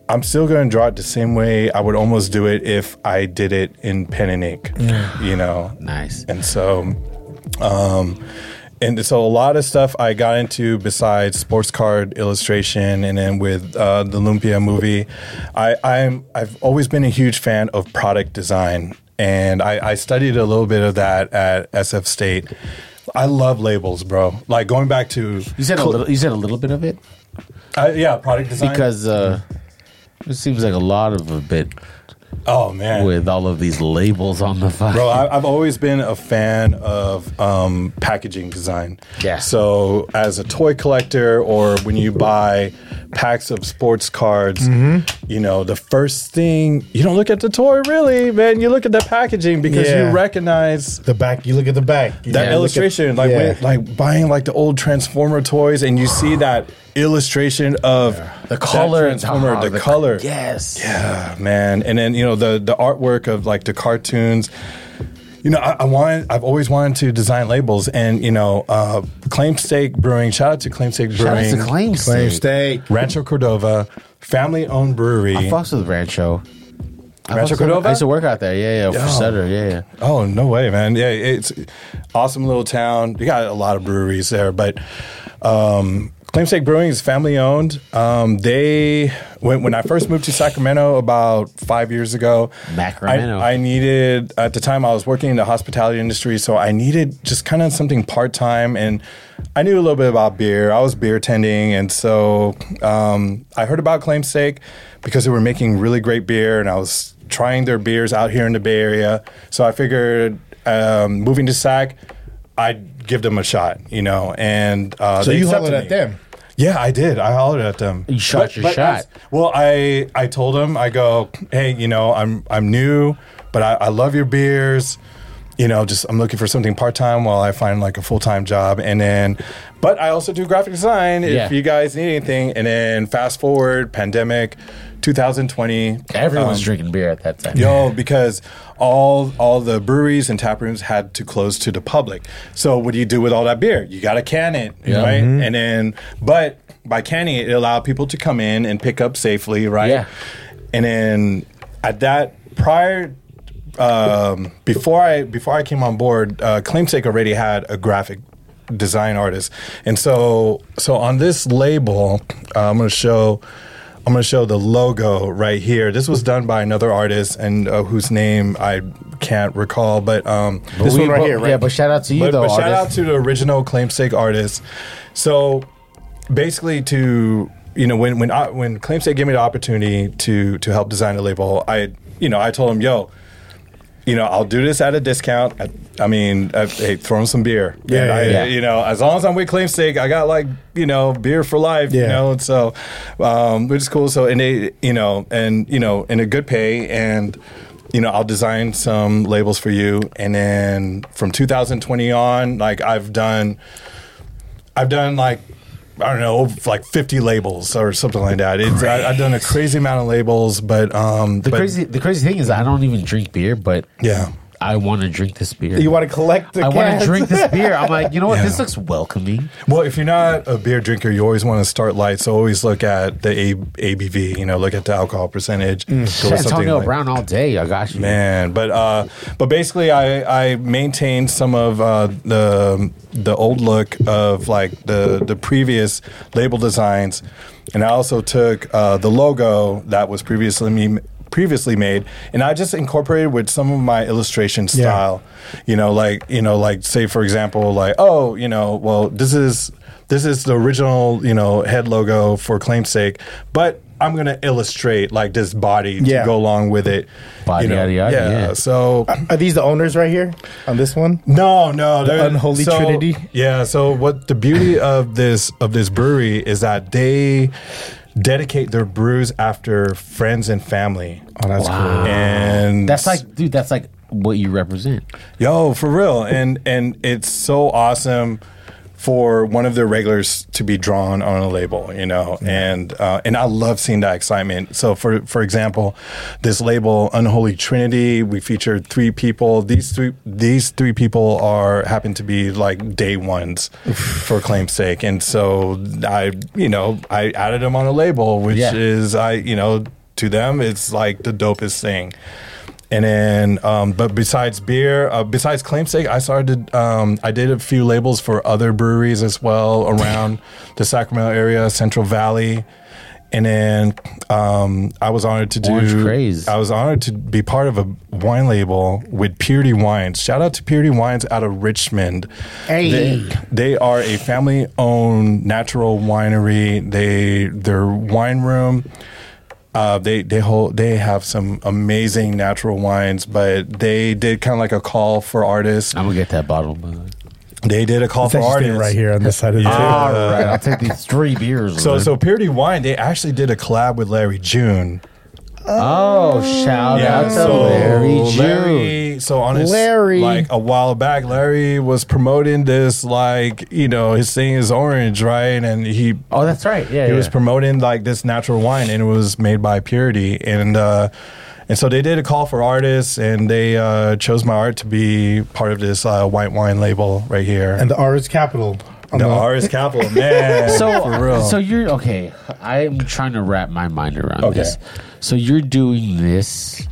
I'm still going to draw it the same way I would almost do it if I did it in pen and ink, you know? Nice. And so, um, and so a lot of stuff I got into besides sports card illustration, and then with uh, the Lumpia movie, I, I'm I've always been a huge fan of product design, and I, I studied a little bit of that at SF State. I love labels, bro. Like going back to You said a little. You said a little bit of it I, yeah, product design. because uh, it seems like a lot of a bit oh man, with all of these labels on the file. Bro, I, I've always been a fan of um, packaging design. Yeah. So, as a toy collector, or when you buy packs of sports cards, you know, the first thing you don't look at the toy really, man. You look at the packaging because Yeah. you recognize The back. You look at the back. that illustration, like yeah. when, like buying like the old Transformer toys, and you see that illustration of the color, that Transformer, oh, the, co- color, Yes. yeah, Ah, man. And then you know the the artwork of like the cartoons. You know, I, I wanted. I've always wanted to design labels, and you know, uh, Claim Steak Brewing. Shout out to Claim Steak Shout out Brewing, to Claim Claim Steak. steak. Rancho Cordova, family-owned brewery. I fucks with Rancho. I Rancho fucks with- Cordova? I used to work out there. Yeah, yeah, Yeah. for Sutter. Yeah, yeah. Oh no way, man! Yeah, it's awesome little town. You got a lot of breweries there, but um, Claimstake Brewing is family owned. Um, they when when I first moved to Sacramento about five years ago, Macramento. I, I needed at the time I was working in the hospitality industry, so I needed just kind of something part time, and I knew a little bit about beer. I was beer tending, and so um, I heard about Claimstake because they were making really great beer, and I was trying their beers out here in the Bay Area. So I figured um, moving to Sac, I'd give them a shot, you know. And uh, So they you accepted hollered at me. them? Yeah, I did. I hollered at them. You shot your shot. I- well, I I told them I go, hey, you know, I'm I'm new, but I, I love your beers. You know, just I'm looking for something part time while I find like a full time job, and then, but I also do graphic design if Yeah. you guys need anything. And then fast forward pandemic, 2020, Everyone um, was drinking beer at that time. Yo, because all all the breweries and tap rooms had to close to the public. So what do you do with all that beer? You got to can it, right? And then, but by canning it, it allowed people to come in and pick up safely, right? Yeah. And then at that prior. Um, before I before I came on board, uh, Claimsake already had a graphic design artist, and so so on this label, uh, I'm going to show I'm gonna show the logo right here. This was done by another artist and uh, whose name I can't recall, but um, This We- one right but- here, right? Yeah, but shout out to you but, though. but shout out artist. to the original Claimsake artist. So basically, to you know, when when I, when Claimsake gave me the opportunity to to help design the label, I you know I told him, yo. You know, I'll do this at a discount. I, I mean, I, hey, throw him some beer. Yeah, And I, yeah, yeah. You know, as long as I'm with Claimsake, I got like you know beer for life. You Yeah. know, and so um, which is cool. So and they, you know, and you know, and a good pay, and you know, I'll design some labels for you, and then from 2020 on, like I've done, I've done like. I don't know, like fifty labels or something like that. It's, I, I've done a crazy amount of labels, but um, the but, crazy. The crazy thing is, I don't even drink beer, but yeah, I want to drink this beer. You want to collect the I want cans? to drink this beer. I'm like, you know what? Yeah. This looks welcoming. Well, if you're not a beer drinker, you always want to start light. So always look at the a- ABV. You know, look at the alcohol percentage. Go with Shit, something Mm. Antonio like- Brown all day. I got you. Man, but uh, but basically, I I maintained some of uh, the the old look of like the the previous label designs, and I also took uh, the logo that was previously me previously made, and I just incorporated with some of my illustration style. You know, like you know, like say for example, like oh, you know, well this is this is the original you know head logo for Claimsake, but I'm gonna illustrate like this body Yeah. to go along with it. Body, yada, yada, yeah. So Are these the owners right here on this one? no, no, they're- unholy so- trinity? Yeah. So what the beauty of this of this brewery is that they dedicate their brews after friends and family. Oh, that's cool. And That's like, dude, that's like what you represent. yo, for real. And and it's so awesome for one of their regulars to be drawn on a label, you know. And uh, and I love seeing that excitement. So for for example, this label Unholy Trinity, we featured three people. These three these three people are happen to be like day ones for claim's sake. And so I, you know, I added them on a label, which Yeah. is I, you know, to them it's like the dopest thing. And then, um, but besides beer, uh, besides Claimsake, I started. Um, I did a few labels for other breweries as well around the Sacramento area, Central Valley. And then um, I was honored to do. Orange Craze. I was honored to be part of a wine label with Purity Wines. Shout out to Purity Wines out of Richmond. Hey. They, they are a family-owned natural winery. They their wine room. Uh, they they hold they have some amazing natural wines, but they did kind of like a call for artists. I'm gonna get that bottle. By the way. They did a call It's for actually artists standing right here on this side of the Yeah. table. All right, I'll take these three beers. So man. so Purity Wine they actually did a collab with Larry June. oh, shout out to Larry June. Larry- so on his Larry. like a while back, Larry was promoting this like you know his thing is orange, right? And he Oh, that's right. Yeah, he yeah. was promoting like this natural wine, and it was made by Purity, and uh, and so they did a call for artists, and they uh, chose my art to be part of this uh, white wine label right here. And the R is capital. the, artist capital, man. so, for real. so you're okay. I'm trying to wrap my mind around Okay. this. So you're doing this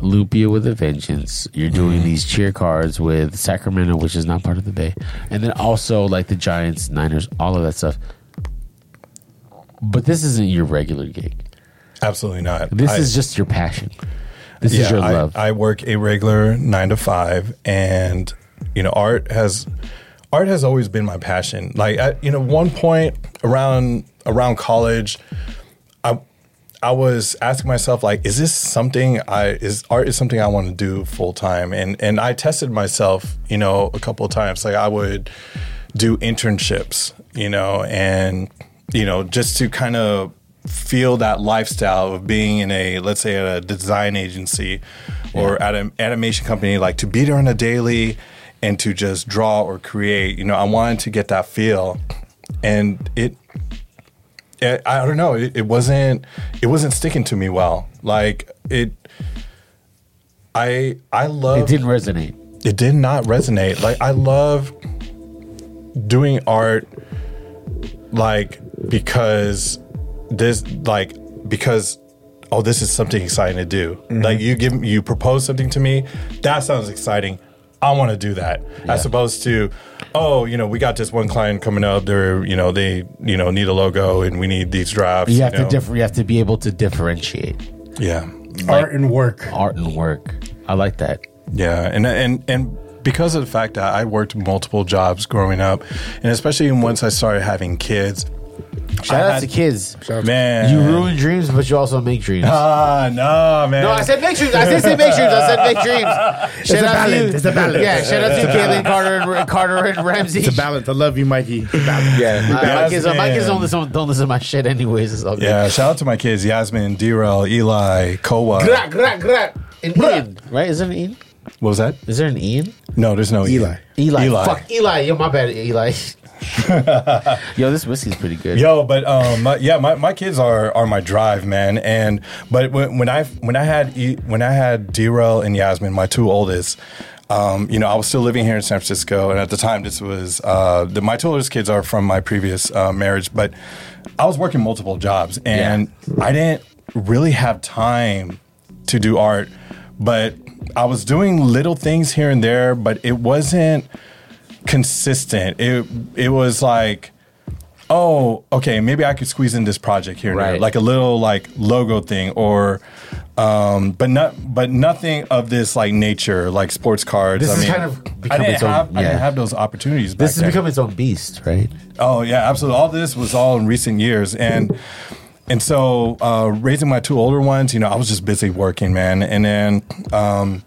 Lupia with a vengeance. You're doing these cheer cards with Sacramento, which is not part of the Bay, and then also like the Giants, Niners, all of that stuff. But this isn't your regular gig. Absolutely not. This I- is just your passion. This is your I, love. I work a regular nine to five, and you know, art has art has always been my passion. Like, at, you know, one point around around college, I I was asking myself like, is this something I is art is something I want to do full time? And and I tested myself, you know, a couple of times. Like, I would do internships, you know, and you know, just to kind of feel that lifestyle of being in a let's say at a design agency or at an animation company, like to be there on a daily and to just draw or create. You know, I wanted to get that feel, and it. I I don't know. It, it wasn't. It wasn't sticking to me well. Like it. I I love it didn't resonate. it did not resonate. Like I love doing art like because this like because oh this is something exciting to do. Mm-hmm. Like you give you propose something to me, that sounds exciting. I want to do that. As opposed to oh, you know, we got this one client coming up, they're, you know, they, you know, need a logo and we need these drafts. You have to know. differ. You have to be able to differentiate Yeah. Art and work. art and work. I like that. Yeah, and and and because of the fact that I worked multiple jobs growing up, and especially once I started having kids, Shout out had- to kids. man, You ruin dreams, but you also make dreams. Ah, no, man. No, I said make dreams. I did say make dreams. I said make dreams. Shout out to you. balance. It's a balance. Yeah, shout out to Caitlin Carter and Carter and Ramsey. It's a balance. I love you, Mikey. It's a balance. yeah, Uh, my kids, Yasmin. my kids don't listen. Don't listen to my shit, anyways. It's all good. Yeah, shout out to my kids, Yasmin, Derel, Eli, Koa. Grat, grat, grat. And Ian, right? Is there an Ian? What was that? Is there an Ian? No, there's no E. Eli. Eli. Eli. Fuck Eli. Yo, my bad, Eli. Yo, this whiskey's pretty good. Yo, but um, my, yeah, my, my kids are are my drive, man. And but when, when I when I had E- when I had Derel and Yasmin, my two oldest, um, you know, I was still living here in San Francisco, and at the time, this was uh, the, my two oldest kids are from my previous uh, marriage, but I was working multiple jobs, and I didn't really have time to do art, but I was doing little things here and there, but it wasn't consistent. It it was like oh, okay, maybe I could squeeze in this project here, and there, Right. like a little like logo thing, or um, but not but nothing of this like nature, like sports cards. This I has mean, kind of I become didn't its own- have I yeah. didn't have those opportunities. back This has then. become its own beast, right? Oh yeah, absolutely. All this was all in recent years, and and so uh, raising my two older ones, you know, I was just busy working, man. And then, um,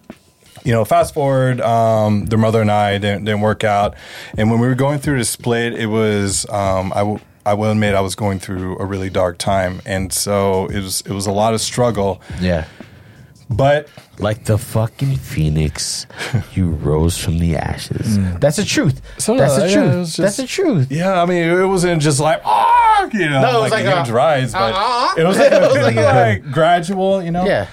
you know, fast forward, um, their mother and I didn't, didn't work out, and when we were going through the split, it was um, I. W- I will admit I was going through a really dark time, and so it was it was a lot of struggle. Yeah. But Like the fucking phoenix, you rose from the ashes. That's the truth. Hmm. So, That's the yeah, truth. it was That's just- the truth. yeah, I mean, it wasn't just like ah, you know, No, it was like, like it a- uh-huh. dries, but it was It was like like, a- like gradual, you know. Yeah.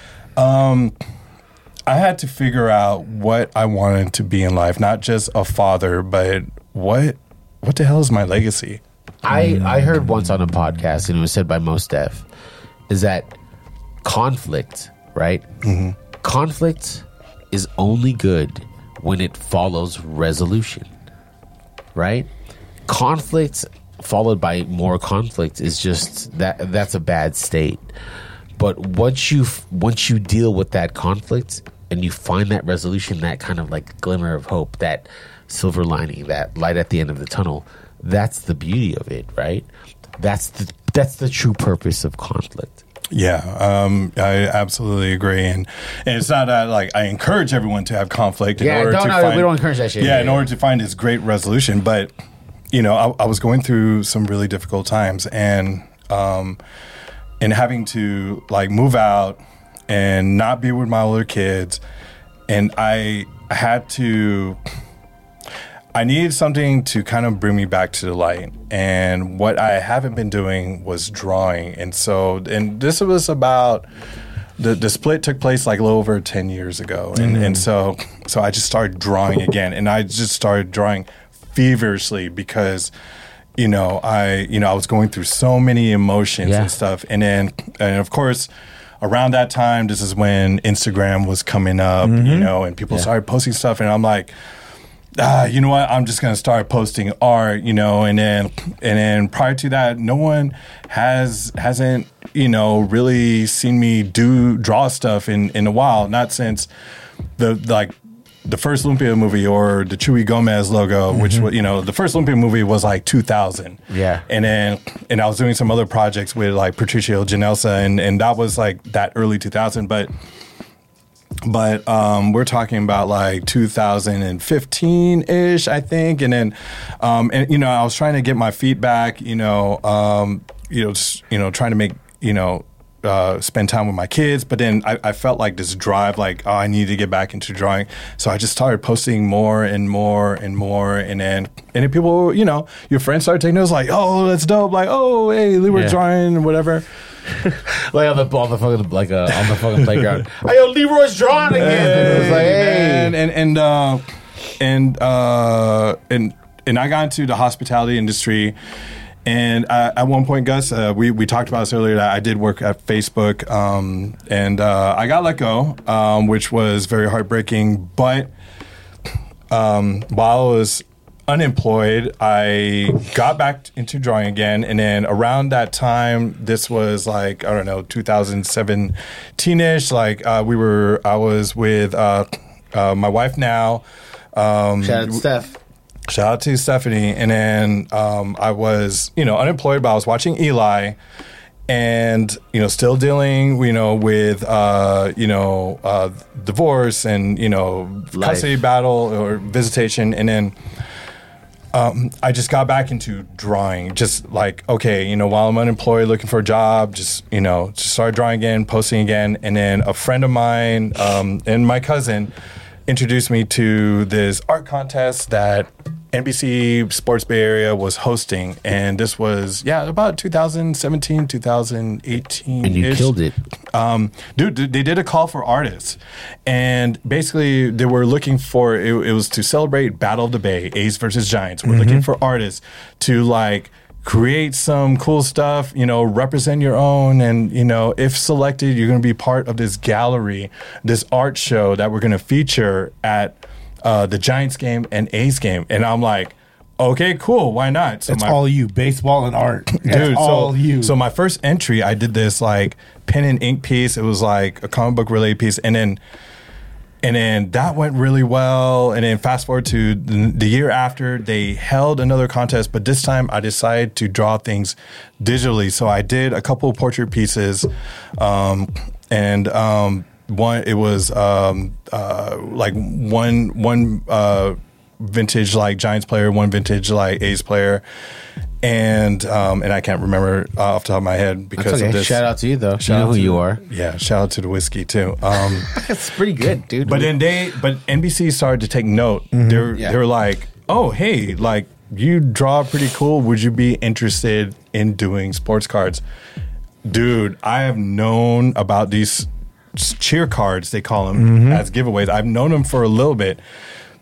I had to figure out what I wanted to be in life, not just a father, but what what the hell is my legacy? Hmm. I, I heard once on a podcast, and it was said by most deaf, is that conflict, right? Mm-hmm. Conflict is only good when it follows resolution, right? Conflict followed by more conflict is just that that's a bad state. But once you f- once you deal with that conflict and you find that resolution, that kind of like glimmer of hope, that silver lining, that light at the end of the tunnel, that's the beauty of it, right? That's the that's the true purpose of conflict. Yeah, um, I absolutely agree, and and it's not that like I encourage everyone to have conflict. In Yeah, order no, to no, find, we don't encourage that shit. Yeah, Yeah, in yeah. order to find this great resolution, but you know, I, I was going through some really difficult times, and um, and having to like move out and not be with my older kids, and I had to I needed something to kind of bring me back to the light. And what I haven't been doing was drawing. And so, and this was about the, the split took place like a little over 10 years ago. And, and so, so I just started drawing again. And I just started drawing feverishly because, you know, I, you know, I was going through so many emotions Yeah. and stuff. And then, and of course, around that time, this is when Instagram was coming up, you know, and people started posting stuff. And I'm like, ah, you know what? I'm just gonna start posting art, you know, and then and then prior to that, no one has hasn't you know really seen me do draw stuff in in a while. Not since the like the first Lumpia movie or the Chewy Gomez logo, which was you know the first Lumpia movie was like 2000. Yeah. and then and I was doing some other projects with like Patricio Janelsa, and and that was like that early 2000, but but um, we're talking about like 2015 ish, I think. And then, um, and you know, I was trying to get my feedback, you know, um, you know, just, you know, trying to make, you know, uh, spend time with my kids, but then I, I felt like this drive, like oh, I need to get back into drawing. So I just started posting more and more and more, and then and then people, you know, your friends started taking those like, oh, that's dope, like oh, hey, we were Yeah. drawing, whatever. Like on the on the fucking like uh, on the fucking playground. Hey, yo, Leroy's drawing again. it was like, hey, and and and uh, and uh, and and I got into the hospitality industry. And uh, at one point, Gus, uh, we, we talked about this earlier. That I did work at Facebook, um, and uh, I got let go, um, which was very heartbreaking. But while I was unemployed, I got back into drawing again. And then around that time, this was like, I don't know, 2017 ish. Like, uh, we were, I was with uh, uh, my wife now. Um, Shout out to Steph. Shout out to Stephanie. And then um, I was, you know, unemployed, but I was watching Eli and, you know, still dealing, you know, with, uh, you know, uh, divorce and, you know, Life. custody battle or visitation. And then um, I just got back into drawing, just like, okay, you know, while I'm unemployed, looking for a job, just, you know, just started drawing again, posting again. And then a friend of mine um, and my cousin introduced me to this art contest that NBC Sports Bay Area was hosting. And this was, yeah, about 2017, 2018. and you killed it. Um, dude, th- they did a call for artists, and basically they were looking for it, it was to celebrate Battle of the Bay, A's versus Giants. We're looking for artists to like create some cool stuff, you know, represent your own, and you know, if selected, you're going to be part of this gallery, this art show that we're going to feature at uh, the Giants game and A's game. And I'm like, okay, cool. Why not? So It's all you, baseball and art. Dude, Dude, all so, you. so my first entry, I did this like pen and ink piece. It was like a comic book related piece, and then and then that went really well. And then fast forward to the the year after, they held another contest, but this time I decided to draw things digitally. So I did a couple of portrait pieces, um, and um, one it was um, uh, like one one. Uh, vintage like Giants player, one vintage like A's player, and um, and I can't remember uh, off the top of my head That's because okay. of this. Shout out to you though. Shout you know out who to- you are. Yeah, shout out to the whiskey too. Um, It's pretty good, dude. but then they, but NBC started to take note. They're Mm-hmm. Yeah. they're like, oh hey, like you draw pretty cool. Would you be interested in doing sports cards? Dude, I have known about these s- cheer cards. They call them Mm-hmm. as giveaways. I've known them for a little bit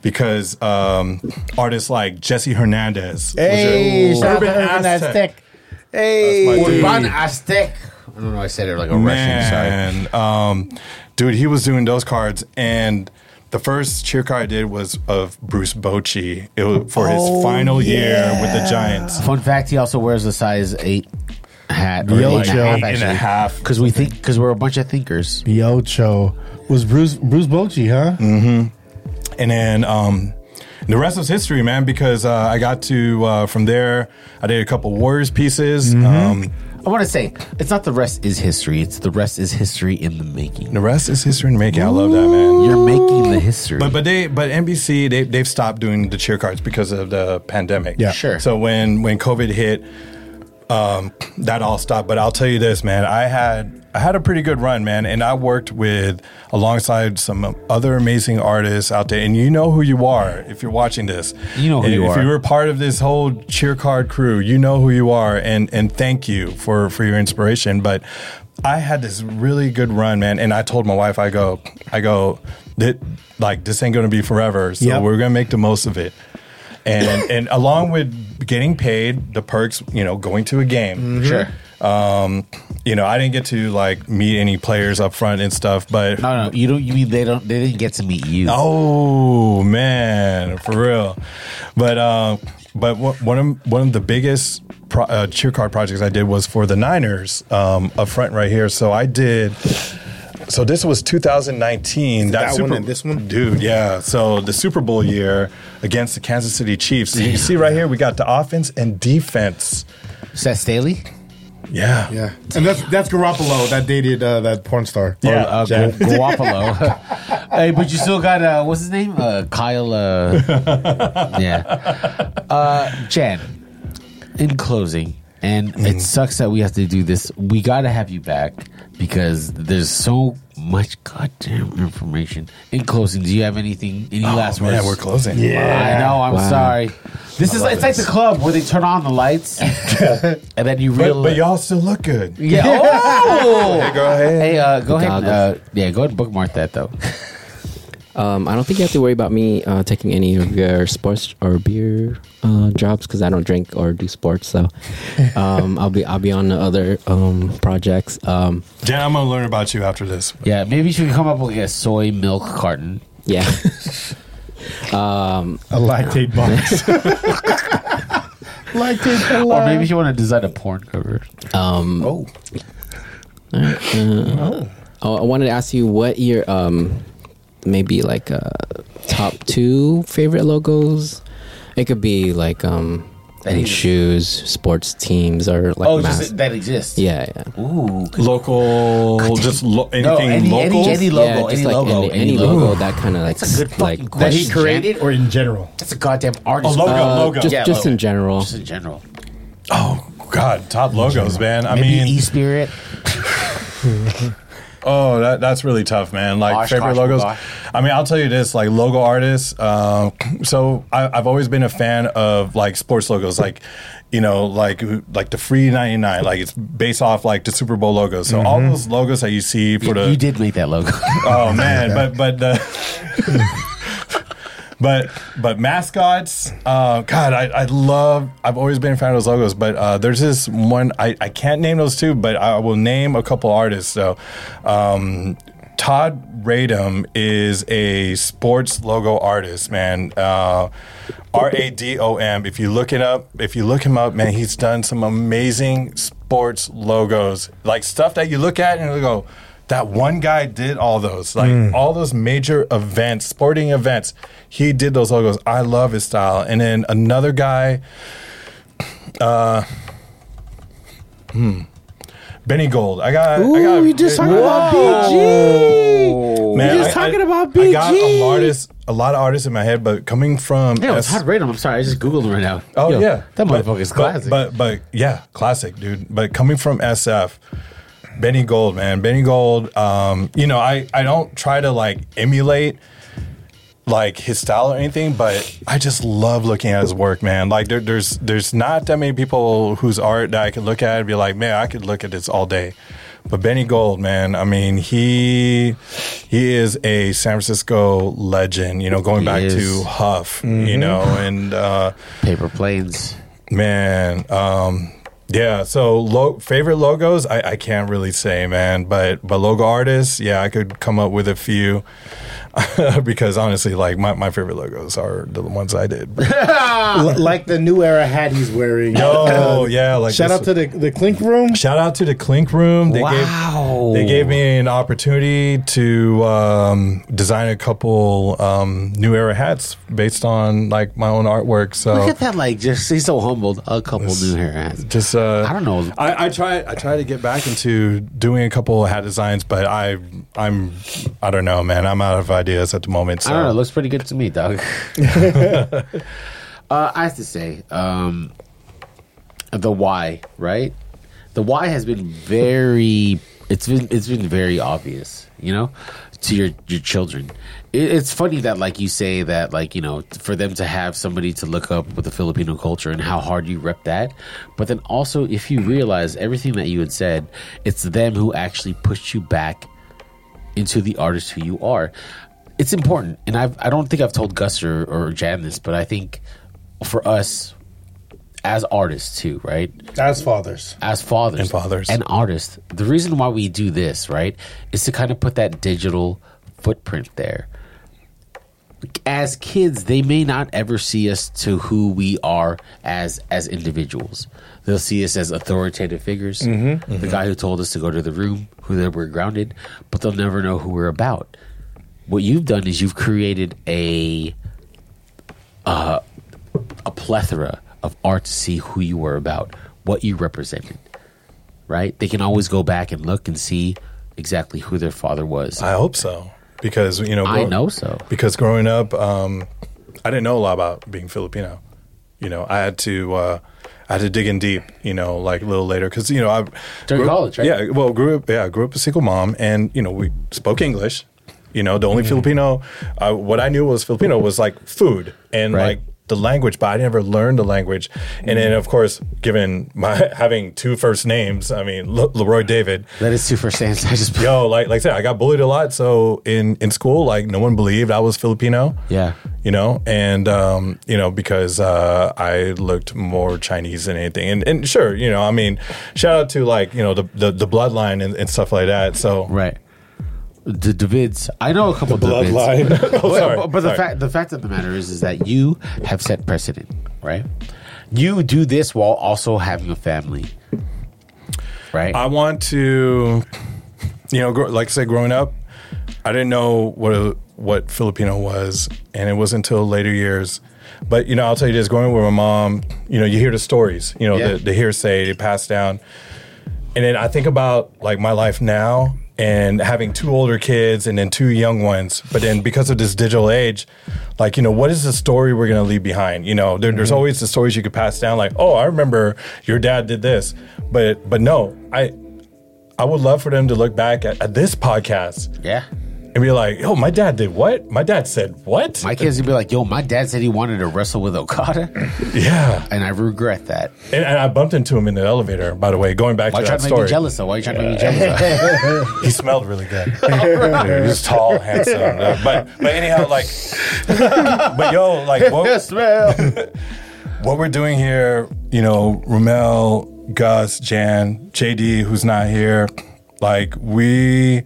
because um, artists like Jesse Hernandez, was a- Hey, shout out to Urban Aztec. hey, That's my dude. Urban Aztec. I don't know. I said it like a Russian. Sorry. Man, um, dude, he was doing those cards, and the first cheer card I did was of Bruce Bochy. It was for his final year with the Giants. Fun fact: He also wears a size eight hat. Or Yo, eight Joe. and Eight and a a half. half. Because we think because we're a bunch of thinkers. Yocho was Bruce Bruce Bochy, huh? and then um, the rest was history, man. Because uh, I got to uh, from there, I did a couple Warriors pieces. Um, I want to say it's not the rest is history. It's the rest is history in the making. the rest is history in the making. I love that, man. You're making the history. But but they but NBC they they've stopped doing the cheer cards because of the pandemic. Yeah. Sure. So when when COVID hit, um, that all stopped. But I'll tell you this, man, I had I had a pretty good run, man, and I worked with alongside some other amazing artists out there. And you know who you are if you're watching this. You know who And you if are. you were part of this whole cheer card crew, you know who you are, and and thank you for for your inspiration. But I had this really good run, man, and I told my wife, I go, I go, that like this ain't gonna be forever, so Yep. we're gonna make the most of it. And and along with getting paid, the perks, you know, going to a game, sure. um, you know, I didn't get to like meet any players up front and stuff, but No, no, you don't. You mean they don't? They didn't get to meet you. oh man, for real. But um, but wha- one of one of the biggest pro- uh, cheer card projects I did was for the Niners um, up front right here. So I did. So this was 2019. that one and this one? dude. Yeah. So the Super Bowl year against the Kansas City Chiefs. So you can see right here, we got the offense and defense. Seth Staley. Yeah. Yeah. And that's that's Garoppolo that dated uh, that porn star. Yeah. Uh, Gu- Guapolo. hey, but you still got uh, what's his name? Uh, Kyle. Uh, yeah. Uh, Jan. In closing, and Mm-hmm. it sucks that we have to do this. We got to have you back because there's so much goddamn information. In closing, do you have anything? Any last Oh, Man, words? we're closing. I know. I'm sorry. This is it's like the club where they turn on the lights and then you But, realize. but y'all still look good. yeah. Oh. Go ahead. Hey, uh, go ahead. Uh, goggles. yeah, go ahead and bookmark that though. Um, I don't think you have to worry about me uh, taking any of your sports or beer uh, jobs because I don't drink or do sports. So um, I'll be I'll be on the other um, projects. Um, Jen, I'm gonna learn about you after this. Yeah, maybe you should come up with a soy milk carton. yeah, A lactate box. lactate. Or maybe you want to design a porn cover. oh, I wanted to ask you what your um, maybe like uh, top two favorite logos. It could be like um, shoes, sports teams, or like Oh, masks. just that exists. yeah, yeah. Ooh. Local, just lo- anything No, any, local. any, any logo, yeah, just any, like logo any, any logo that kind of like That's a good s- fucking like question. That he Created or in general? That's a goddamn artist. A Oh, logo. Uh, uh, logo. just Yeah, just logo. in general. Just in general. Oh God, top logos, man. I Maybe mean, E-Spirit. oh, that, that's really tough, man. Like Osh, favorite gosh, logos. gosh. I mean, I'll tell you this, like logo artists. Um, so I, I've always been a fan of like sports logos, like you know, like like the free ninety nine. Like it's based off like the Super Bowl logo. So all those logos that you see for the Mm-hmm. You did make that logo. Oh man, but but the but but mascots. Uh, God, I, I love. I've always been a fan of those logos. But uh, there's this one I, I can't name those two, but I will name a couple artists. So, um, Todd Radom is a sports logo artist, man. Uh, R A D O M. If you look it up, if you look him up, man, he's done some amazing sports logos, like stuff that you look at and you go, that one guy did all those, like Mm. all those major events, sporting events. He did those logos. I love his style. And then another guy, uh, hmm, Benny Gold. I got. I got we just talking about BG. Man, we just I- I- talking about BG. I got a lot of artists, a lot of artists in my head, but coming from Yeah, it's S- hot radon. I'm sorry, I just googled him right now. Oh Yo, yeah, that But- motherfucker's but- classic. But, but yeah, classic, dude. But coming from SF, Benny Gold, man, Benny Gold. Um, you know, I I don't try to like emulate like his style or anything, but I just love looking at his work, man. Like there, there's there's not that many people whose art that I could look at and be like, man, I could look at this all day. But Benny Gold, man, I mean, he he is a San Francisco legend. You know, going back is. Mm-hmm. to Huff, you know, and uh, paper planes. man, um, yeah. So lo- favorite logos, I, I can't really say, man. But but logo artists, yeah, I could come up with a few because honestly, like my, my favorite logos are the ones I did. L- like the new era hat he's wearing. Oh yeah, like Shout this- out to the, the Clink Room. shout out to the Clink Room. They Wow. gave they gave me an opportunity to um, design a couple um, new era hats based on like my own artwork. So Look at that! Like, just he's so humbled. A couple new hair hats. just uh, I don't know. I, I try I try to get back into doing a couple hat designs, but I I'm I don't know, man. I'm out of ideas at the moment. So I don't know. It looks pretty good to me, dog. uh, I have to say, um, the why, right? The why has been very. It's been it's been very obvious, you know, to your your children. It, it's funny that like you say that like you know for them to have somebody to look up with the Filipino culture and how hard you rep that, but then also if you realize everything that you had said, it's them who actually pushed you back into the artist who you are. It's important, and I've I don't think I've told Gus or, or Jan this, but I think for us as artists too, right? As fathers. As fathers And fathers. and artists, the reason why we do this, right, is to kind of put that digital footprint there. As kids, they may not ever see us to who we are as as individuals. They'll see us as authoritative figures, Mm-hmm. the guy who told us to go to the room, who that we're grounded, but they'll never know who we're about. What you've done is you've created a uh, a plethora of art to see who you were about, what you represented. Right? They can always go back and look and see exactly who their father was. I hope so because you know I grow- know so. because growing up, um, I didn't know a lot about being Filipino. You know, I had to uh, I had to dig in deep. You know, like a little later because you know I During grew- college, right? Yeah, well, grew up yeah, I grew up a single mom, and you know we spoke English. You know, the only Mm-hmm. Filipino uh, what I knew was Filipino was like food and Right. like the language, but I never learned the language. And then, of course, given my having two first names, I mean, Le- Leroy David, That is two first names. I just yo, like like I said, I got bullied a lot. So in in school, like no one believed I was Filipino. Yeah. You know, and um, you know because uh, I looked more Chinese than anything, and and sure, you know, I mean, shout out to like you know the the, the bloodline and, and stuff like that. So Right. The Davids. I know a couple the Davids. bloodline. But- oh, sorry, but, but the sorry. fact the fact of the matter is is that you have set precedent, right? You do this while also having a family. Right? I want to, you know, grow, like I said, growing up, I didn't know what what Filipino was, and it wasn't until later years. But you know, I'll tell you this: growing up with my mom, you know, you hear the stories, you know, Yeah. the, the hearsay, they pass down, and then I think about like my life now and having two older kids and then two young ones. But then because of this digital age, like, you know, what is the story we're going to leave behind? You know, there, there's always the stories you could pass down like, oh, I remember your dad did this. But, but no, I, I would love for them to look back at, at this podcast yeah. and be like, oh, my dad did what? My dad said what? My kids would be like, yo, my dad said he wanted to wrestle with Okada, yeah. and I regret that. And, and I bumped into him in the elevator, by the way, going back Why to you trying that to make me story. jealous though? Why you trying to make me jealous? He smelled really good. Yeah, he was tall, handsome. uh, But but anyhow, like, but yo, like what, what we're doing here, you know, Ramel, Gus, Jan, JD, who's not here, Like we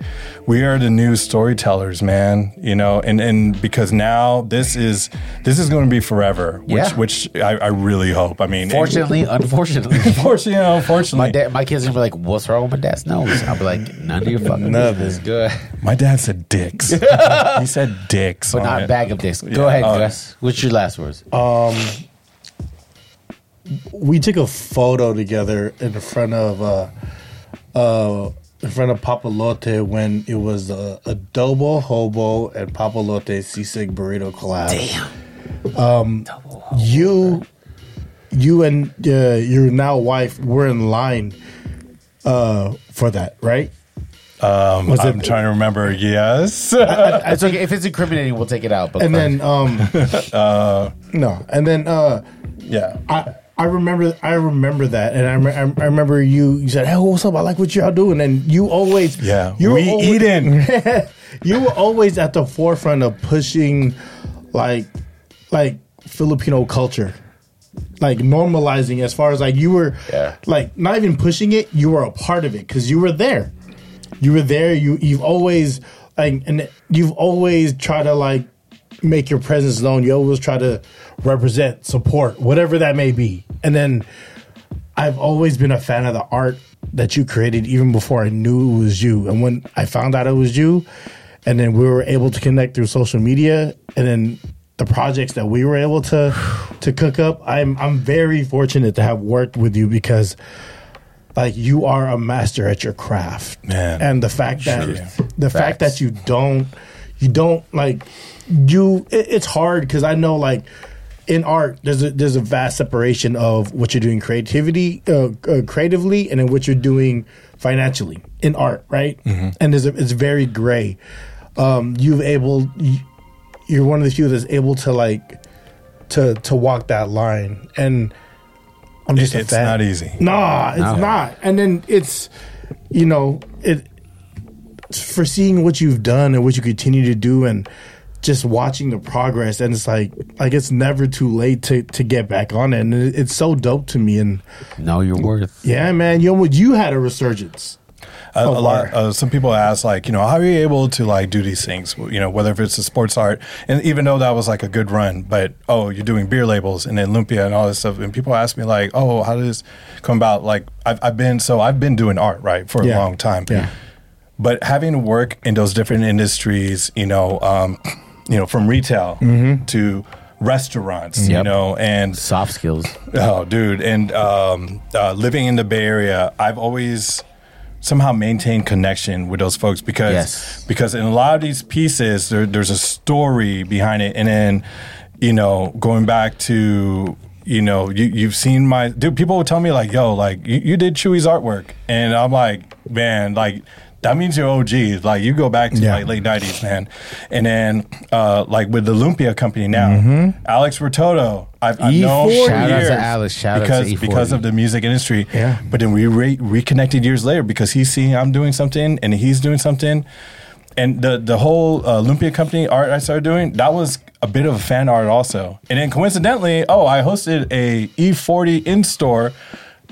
we are the new storytellers, man. You know, and and because now this is this is going to be forever, which Yeah. which I, I really hope. I mean, it- Fortunately, unfortunately, fortunately, you know, my fortunately, dad, my kids are gonna be like, "What's wrong with my dad's nose?" I'll be like, "None of your fucking None of business." Good, my dad said dicks. he said dicks, but on not it. bag of dicks. Go Yeah, ahead, uh, Gus. What's your last words? we took a photo together in front of uh uh in front of Papalote when it was uh, Adobo Hobo and Papalote Seasick Burrito collab. Damn. Um you you and uh, your now wife were in line uh for that, right? Um was I'm it, trying to remember. Yes, it's okay if it's incriminating. We'll take it out. But and then um no, and then uh yeah. I I remember I remember that, and I, rem- I remember you. You said, "Hey, what's up? I like what y'all doing." And you always, Yeah, you were we eating. you were always at the forefront of pushing, like, like Filipino culture, like normalizing as far as like you were, Yeah. like not even pushing it. You were a part of it because you were there. You were there. You you've always like, and you've always tried to like make your presence known. You always try to represent, support, whatever that may be. And then I've always been a fan of the art that you created even before I knew it was you. And when I found out it was you, and then we were able to connect through social media and then the projects that we were able to to cook up, I'm I'm very fortunate to have worked with you because like you are a master at your craft. Man. And the fact that Sure. the fact that you don't you don't like you it, it's hard because i know like in art there's a there's a vast separation of what you're doing creativity uh, uh, creatively and then what you're doing financially in art right Mm-hmm. and there's a, it's very gray um you've able you, you're one of the few that's able to like to to walk that line and i'm just a It's fan. not easy. Nah, it's not. And then it's, you know, it for seeing what you've done and what you continue to do and just watching the progress and it's like like it's never too late to to get back on it and it, it's so dope to me and know your worth. yeah man you almost you had a resurgence a, of a lot art. uh, some people ask like you know how are you able to like do these things you know whether if it's a sports art and even though that was like a good run but oh you're doing beer labels and then lumpia and all this stuff and people ask me like oh how did this come about like i've, I've been so i've been doing art right for Yeah. a long time Yeah. but having to work in those different industries you know um you know from retail Mm-hmm. to restaurants you Yep. know and Soft skills. Oh, dude, and um, uh, living in the Bay Area, I've always somehow maintained connection with those folks because Yes. because in a lot of these pieces, there, there's a story behind it, and then you know, going back to you know, you, you've seen my dude. People would tell me like, "Yo, like you, you did Chewy's artwork," and I'm like, "Man, like." That means you're OG. Like you go back to Yeah. like late '90s, man, and then uh, like with the Lumpia company now, Alex Rototo. I've, I've E40. known for Shout out to years Alex. Shout out to E because E40. because of the music industry. Yeah. But then we re- reconnected years later because he's seeing I'm doing something and he's doing something, and the the whole uh, Lumpia company art I started doing that was a bit of a fan art also. And then coincidentally, oh, I hosted a E40 in store.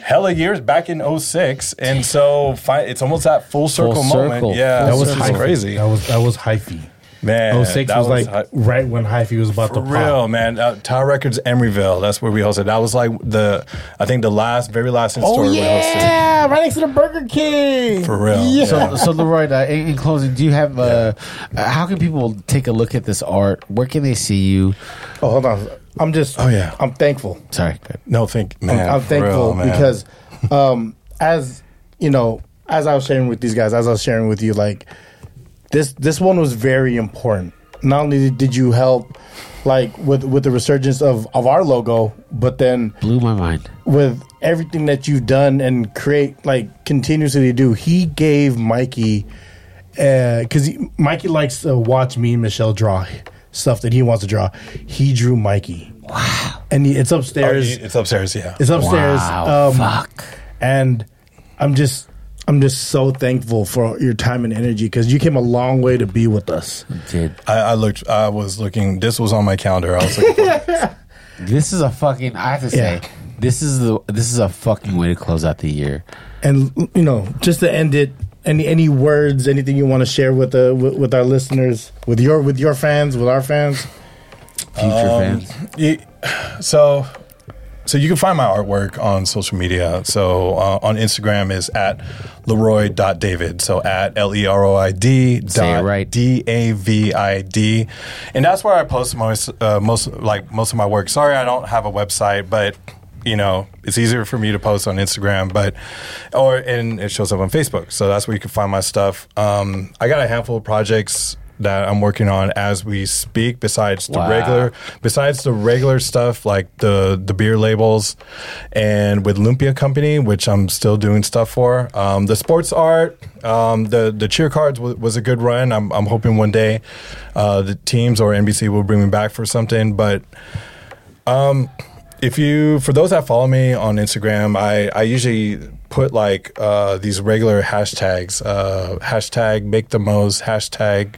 Hella years back in 06. And so fi- it's almost that full circle, circle. moment. Yeah. Full it's just hyphy. crazy. that was that was hyphy oh Man. 06 that was, like hy- right when hyphy was about for to pop real, man. Uh, Tower Records, Emeryville. That's where we hosted. That was like the, I think the last, very last Oh, in store we hosted. right next to the burger king For real. Yeah. So, so Leroy, uh, in, in closing, do you have? Uh, uh, how can people take a look at this art? Where can they see you? oh hold on i'm just Oh, yeah. i'm thankful Sorry, no, thank man. I'm, I'm for thankful real, man. because, um, as you know, as I was sharing with these guys, as I was sharing with you, like this this one was very important. Not only did you help, like with with the resurgence of of our logo, but then blew my mind. with everything that you've done and create like continuously do he gave mikey because mikey likes to watch me and michelle draw stuff that he wants to draw he drew mikey wow and he- it's Oh, upstairs it's upstairs. Yeah. it's upstairs Wow, um, fuck. and i'm just i'm just so thankful for your time and energy because you came a long way to be with us Dude, I, I looked. I was looking. This was on my calendar. I was looking. For, this is a fucking. I have to say, Yeah. this is the this is a fucking way to close out the year. and you know just to end it any any words, anything you want to share with the with, with our listeners, with your with your fans, with our fans? Future fans. Ye- so so you can find my artwork on social media so uh, on instagram is at leroy.david so at E l-e-r-o-i-d Say it dot right. d-a-v-i-d and that's where i post most uh, most like most of my work sorry i don't have a website but you know it's easier for me to post on instagram but or and it shows up on facebook so that's where you can find my stuff um, i got a handful of projects that i'm working on as we speak besides the Wow. regular besides the regular stuff like the the beer labels and with lumpia company which i'm still doing stuff for um, the sports art um, the the cheer cards w- was a good run i'm, I'm hoping one day uh, the teams or nbc will bring me back for something but um, if you for those that follow me on instagram i i usually put like uh these regular hashtags uh hashtag make the most hashtag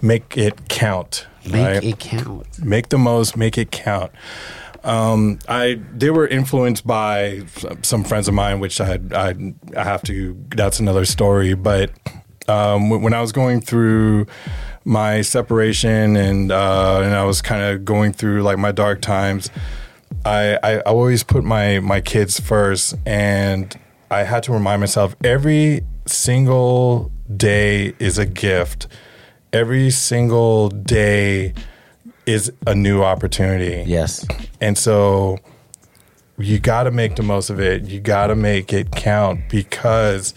make it count Make it count. make the most, make it count. Um, I they were influenced by some- some friends of mine, which I I, I have to. That's another story. But um, when when I was going through my separation and uh, and I was kind of going through like my dark times, I, I I always put my my kids first, and I had to remind myself every single day is a gift. Every single day is a new opportunity. Yes. And so you got to make the most of it. You got to make it count because,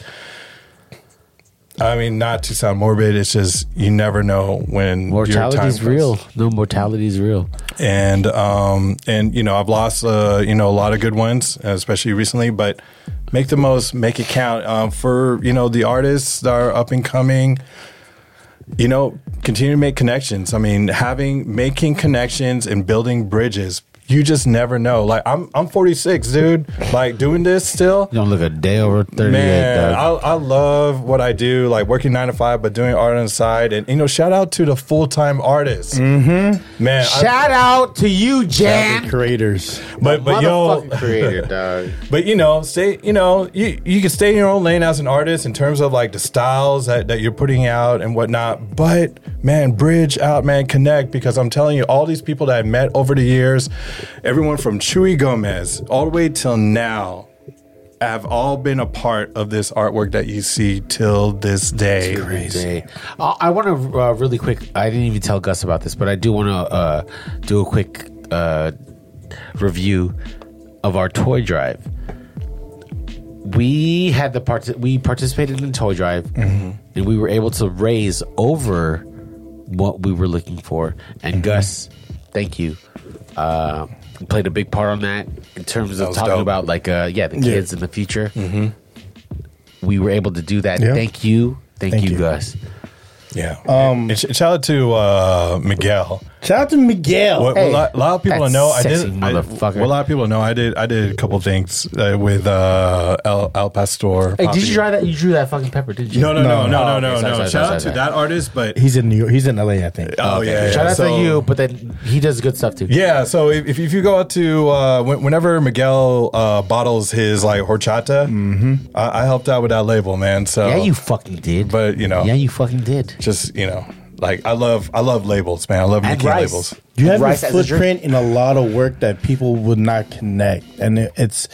I mean, not to sound morbid, it's just you never know when your time Mortality's comes. real. No, mortality's real. And um, and you know, I've lost uh, you know a lot of good ones, especially recently. But make the most, make it count um, for you know the artists that are up and coming you know, continue to make connections. I mean, having making connections and building bridges. You just never know. Like I'm, I'm 46, dude. Like doing this still, You don't look a day over 38, man. I, dog. I love what I do. Like working nine to five, but doing art on the side. And you know, shout out to the full time artists. Mm-hmm. Man, I- Shout out to you, Jan. Creators. but but yo, Motherfucking creator, dog. But you know, stay. You know, you you can stay in your own lane as an artist in terms of like the styles that, that you're putting out and whatnot. But man, bridge out, man, connect because I'm telling you, all these people that I met over the years, everyone from Chuy Gomez all the way till now, have all been a part of this artwork that you see till this day. Day. I, I want to uh, really quick. I didn't even tell Gus about this, but I do want to uh, do a quick uh, review of our toy drive. We had the part. We participated in the toy drive, and we were able to raise over what we were looking for. And Gus, thank you. Uh, played a big part on that in terms That of was talking dope. about like uh, yeah the kids in the future. We were able to do that. Yeah. Thank you. Thank, Thank you, you. Gus. Yeah. Um. And sh- shout out to uh, Miguel. Shout out to Miguel. What, Hey, what a lot- lot of people that know, I sexy did. I, motherfucker. what a lot of people know, I did. I did a couple things uh, with uh, El, El Pastor. Hey, Poppy. did you draw that? You drew that fucking pepper, did you? No, no, no, no, no, no. Oh, no, okay, sorry, sorry, Shout sorry, out sorry. to that artist, but He's in New York. He's in LA, I think. oh yeah, yeah. Shout out So- to you, but then he does good stuff too. Yeah, so if, if if you go out to uh, when- whenever Miguel uh, bottles his like horchata, I, I helped out with that label, man. So Mm-hmm. Yeah, you fucking did. but you know, yeah, you fucking did. just you know, like I love I love labels, man. I love And making rice. labels. You have Rice your as a drink. footprint in a lot of work that people would not connect, and it, it's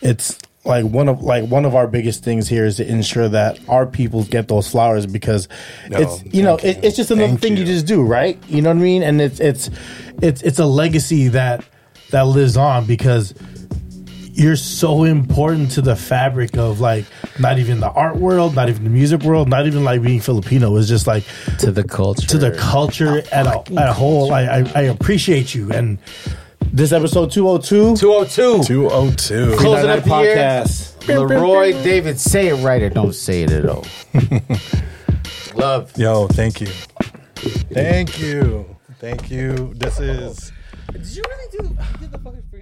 it's like one of like one of our biggest things here is to ensure that our people get those flowers because No, it's you know thank it, it's just another Thank thing you. you. just do right you know what I mean and it's it's it's it's a legacy that that lives on because you're so important to the fabric of like not even the art world not even the music world not even like being Filipino it's just like to the culture. to the culture at a, at a whole. I, I I appreciate you and this episode 202 Two oh two. Two oh two. Closing Night up Night the year. podcast. Leroy David, say it right or don't say it at all. Love. Yo, thank you, thank you, thank you. This is. Did you really do, did the fucking